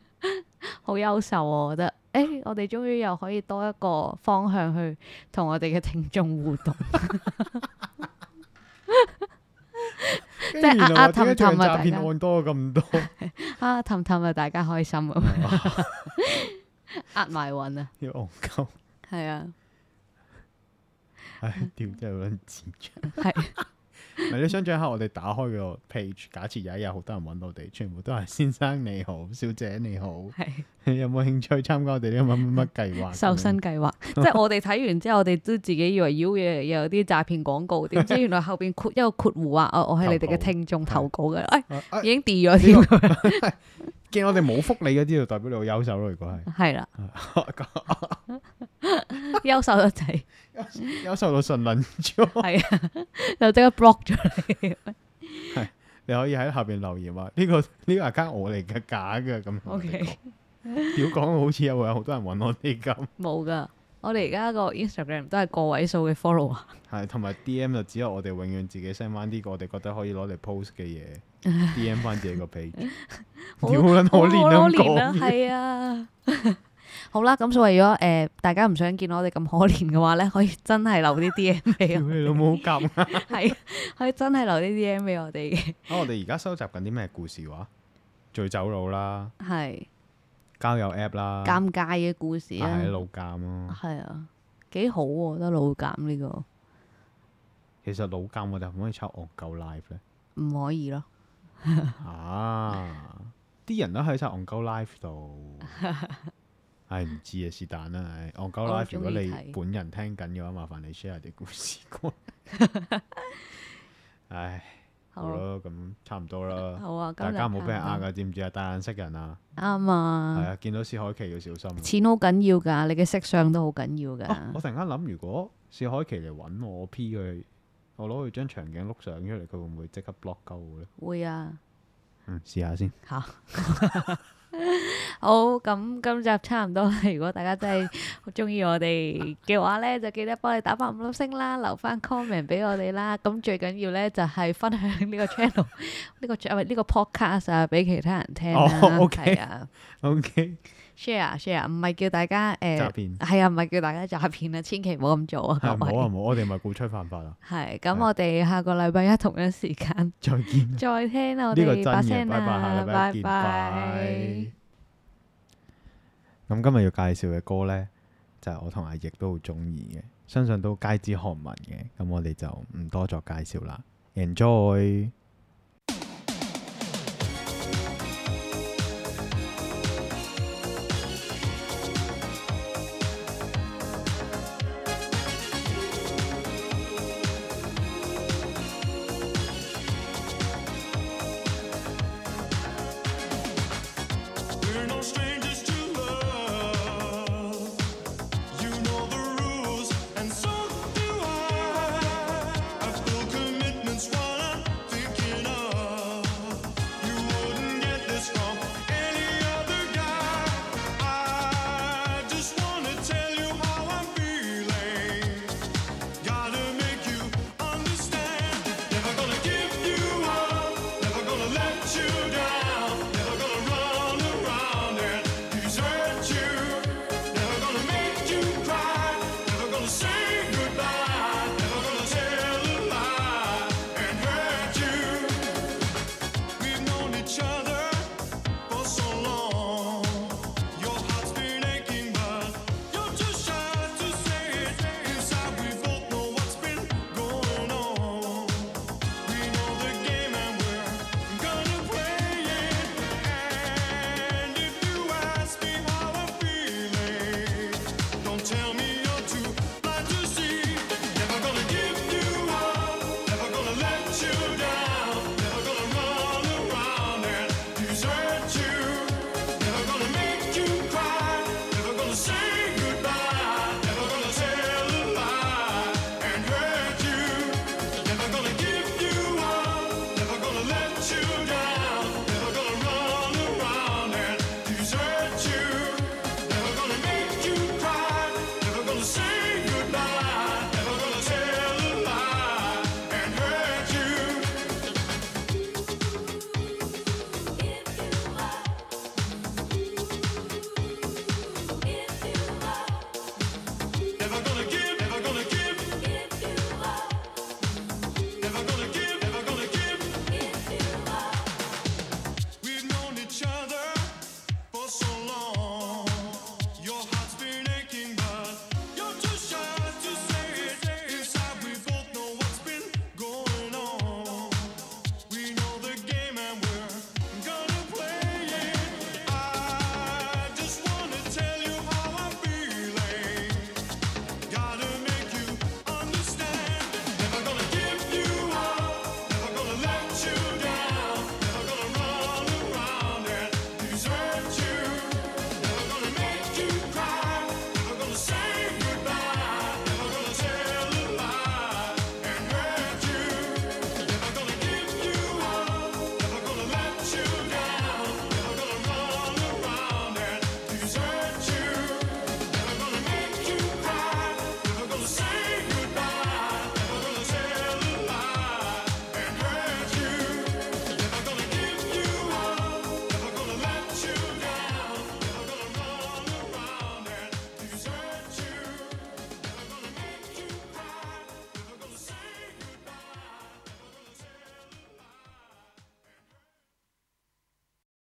Speaker 1: 好優秀啊！我覺得，誒，我哋終於又可以多一個方向去同我哋嘅聽眾互 動。
Speaker 2: 即
Speaker 1: 係呃呃氹氹啊
Speaker 2: 詐
Speaker 1: 大家
Speaker 2: 騙案多咁多，
Speaker 1: 啊，氹氹啊，大家開心咁，呃埋運啊，
Speaker 2: 要戇鳩，
Speaker 1: 係啊，
Speaker 2: 唉，屌真係好撚賤
Speaker 1: 嗯係
Speaker 2: 嘅。咪你想象下，我哋打開個 page，假設有一日好多人揾我哋，全部都係先生你好，小姐你好，
Speaker 1: 係
Speaker 2: 你有冇興趣參加我哋呢個乜乜乜計劃？
Speaker 1: 瘦身計 劃，即係我哋睇完之後，我哋都自己以為妖嘢又有啲詐騙廣告，點知原來後邊括一個括弧啊，我我係你哋嘅聽眾投稿嘅，誒，
Speaker 2: 啊
Speaker 1: 已
Speaker 2: 啊
Speaker 1: 經 d 咗添，
Speaker 2: 見我哋冇覆你嗰啲，就代表你好優秀咯。如果係
Speaker 1: 係啦，優秀得滯，
Speaker 2: 優秀到神撚咗，
Speaker 1: 係啊，就即刻 block 咗你。
Speaker 2: 你可以喺下邊留言話呢個呢個 account 我嚟嘅假嘅咁。
Speaker 1: O K，
Speaker 2: 屌講好似有有好多人揾我哋咁，
Speaker 1: 冇噶，我哋而家個 Instagram 都係個位數嘅 follow 啊，
Speaker 2: 係同埋 D.M 就只有我哋永遠自己 send 翻啲我哋覺得可以攞嚟 post 嘅嘢，D.M 翻自己個 page，
Speaker 1: 好
Speaker 2: 屌撚可
Speaker 1: 好
Speaker 2: 憐咁
Speaker 1: 可憐啊，
Speaker 2: 講嘢，
Speaker 1: 係啊。 好啦，咁所以如果誒、呃大家唔想見我哋咁可憐嘅話咧，可以真係留啲 D M 俾
Speaker 2: 屌
Speaker 1: 我，
Speaker 2: 你老母咁啊！
Speaker 1: 係可以真係留啲 D M 俾我哋嘅，
Speaker 2: 我哋而家收集緊啲咩故事話？醉酒佬啦，
Speaker 1: 係
Speaker 2: 交友 app 啦，啊
Speaker 1: 尷尬嘅故事啊，
Speaker 2: 係老監咯。
Speaker 1: 係啊，幾好喎，我覺得老減呢、個
Speaker 2: 其實老監我哋可唔可以抄戇鳩 live 咧？
Speaker 1: 唔可以咯，
Speaker 2: 啊！啲人都喺晒戇鳩 live 度，唉唔知啊，是但啦。唉戇鳩
Speaker 1: 我
Speaker 2: live
Speaker 1: 鍾
Speaker 2: 如果
Speaker 1: 意
Speaker 2: 你
Speaker 1: 睇
Speaker 2: 本 人聽緊嘅話，麻煩你 share 啲故事過嚟。唉，好
Speaker 1: 好
Speaker 2: 啦，咁差唔多啦。
Speaker 1: 好啊，今
Speaker 2: 大
Speaker 1: 日
Speaker 2: 家唔好俾人呃
Speaker 1: 啱
Speaker 2: 噶，知唔知啊？戴眼識人啊，
Speaker 1: 啱
Speaker 2: 係
Speaker 1: 啊，
Speaker 2: 啊，見到薛凱琪要小心啊。
Speaker 1: 錢好緊要㗎，你嘅色相都好緊要
Speaker 2: 啊我
Speaker 1: 㗎。
Speaker 2: 突然間諗，如果薛凱琪嚟揾我 P 佢，我攞佢張長頸碌相出嚟，佢會唔會即刻 block 鳩嘅咧？
Speaker 1: 會啊，
Speaker 2: 嗯，試下先。
Speaker 1: 好。好，咁今集差唔多啦。如果大家真係好中意我哋嘅話呢，就記得幫你打翻五粒星啦，留翻 comment 俾我哋啦。咁最緊要呢，就係分享呢個 channel，呢 個 cha- 唔係呢個 podcast 啊，俾其他人聽啦。
Speaker 2: 哦，OK
Speaker 1: 係啊
Speaker 2: O K，
Speaker 1: ，share 啊 share，唔係叫大家
Speaker 2: 詐
Speaker 1: 誒，
Speaker 2: 騙。
Speaker 1: 係啊， 唔係叫大家詐騙啊，千祈唔好咁做啊，
Speaker 2: 係唔
Speaker 1: 各
Speaker 2: 好啊，
Speaker 1: 位。
Speaker 2: 唔好，我哋咪鼓吹犯法啊！
Speaker 1: 係，咁我哋下個禮拜一同一時間。
Speaker 2: 再見。
Speaker 1: 再聽我
Speaker 2: 呢
Speaker 1: 哋
Speaker 2: 個真
Speaker 1: 把聲
Speaker 2: 嘅，拜拜，下
Speaker 1: 啦，
Speaker 2: 禮拜一
Speaker 1: 拜
Speaker 2: 見，
Speaker 1: 拜
Speaker 2: 拜。。咁今日要介紹嘅歌呢，就係、我同阿奕都好中意嘅，相信都街知巷聞嘅。咁我哋就唔多作介紹啦，enjoy。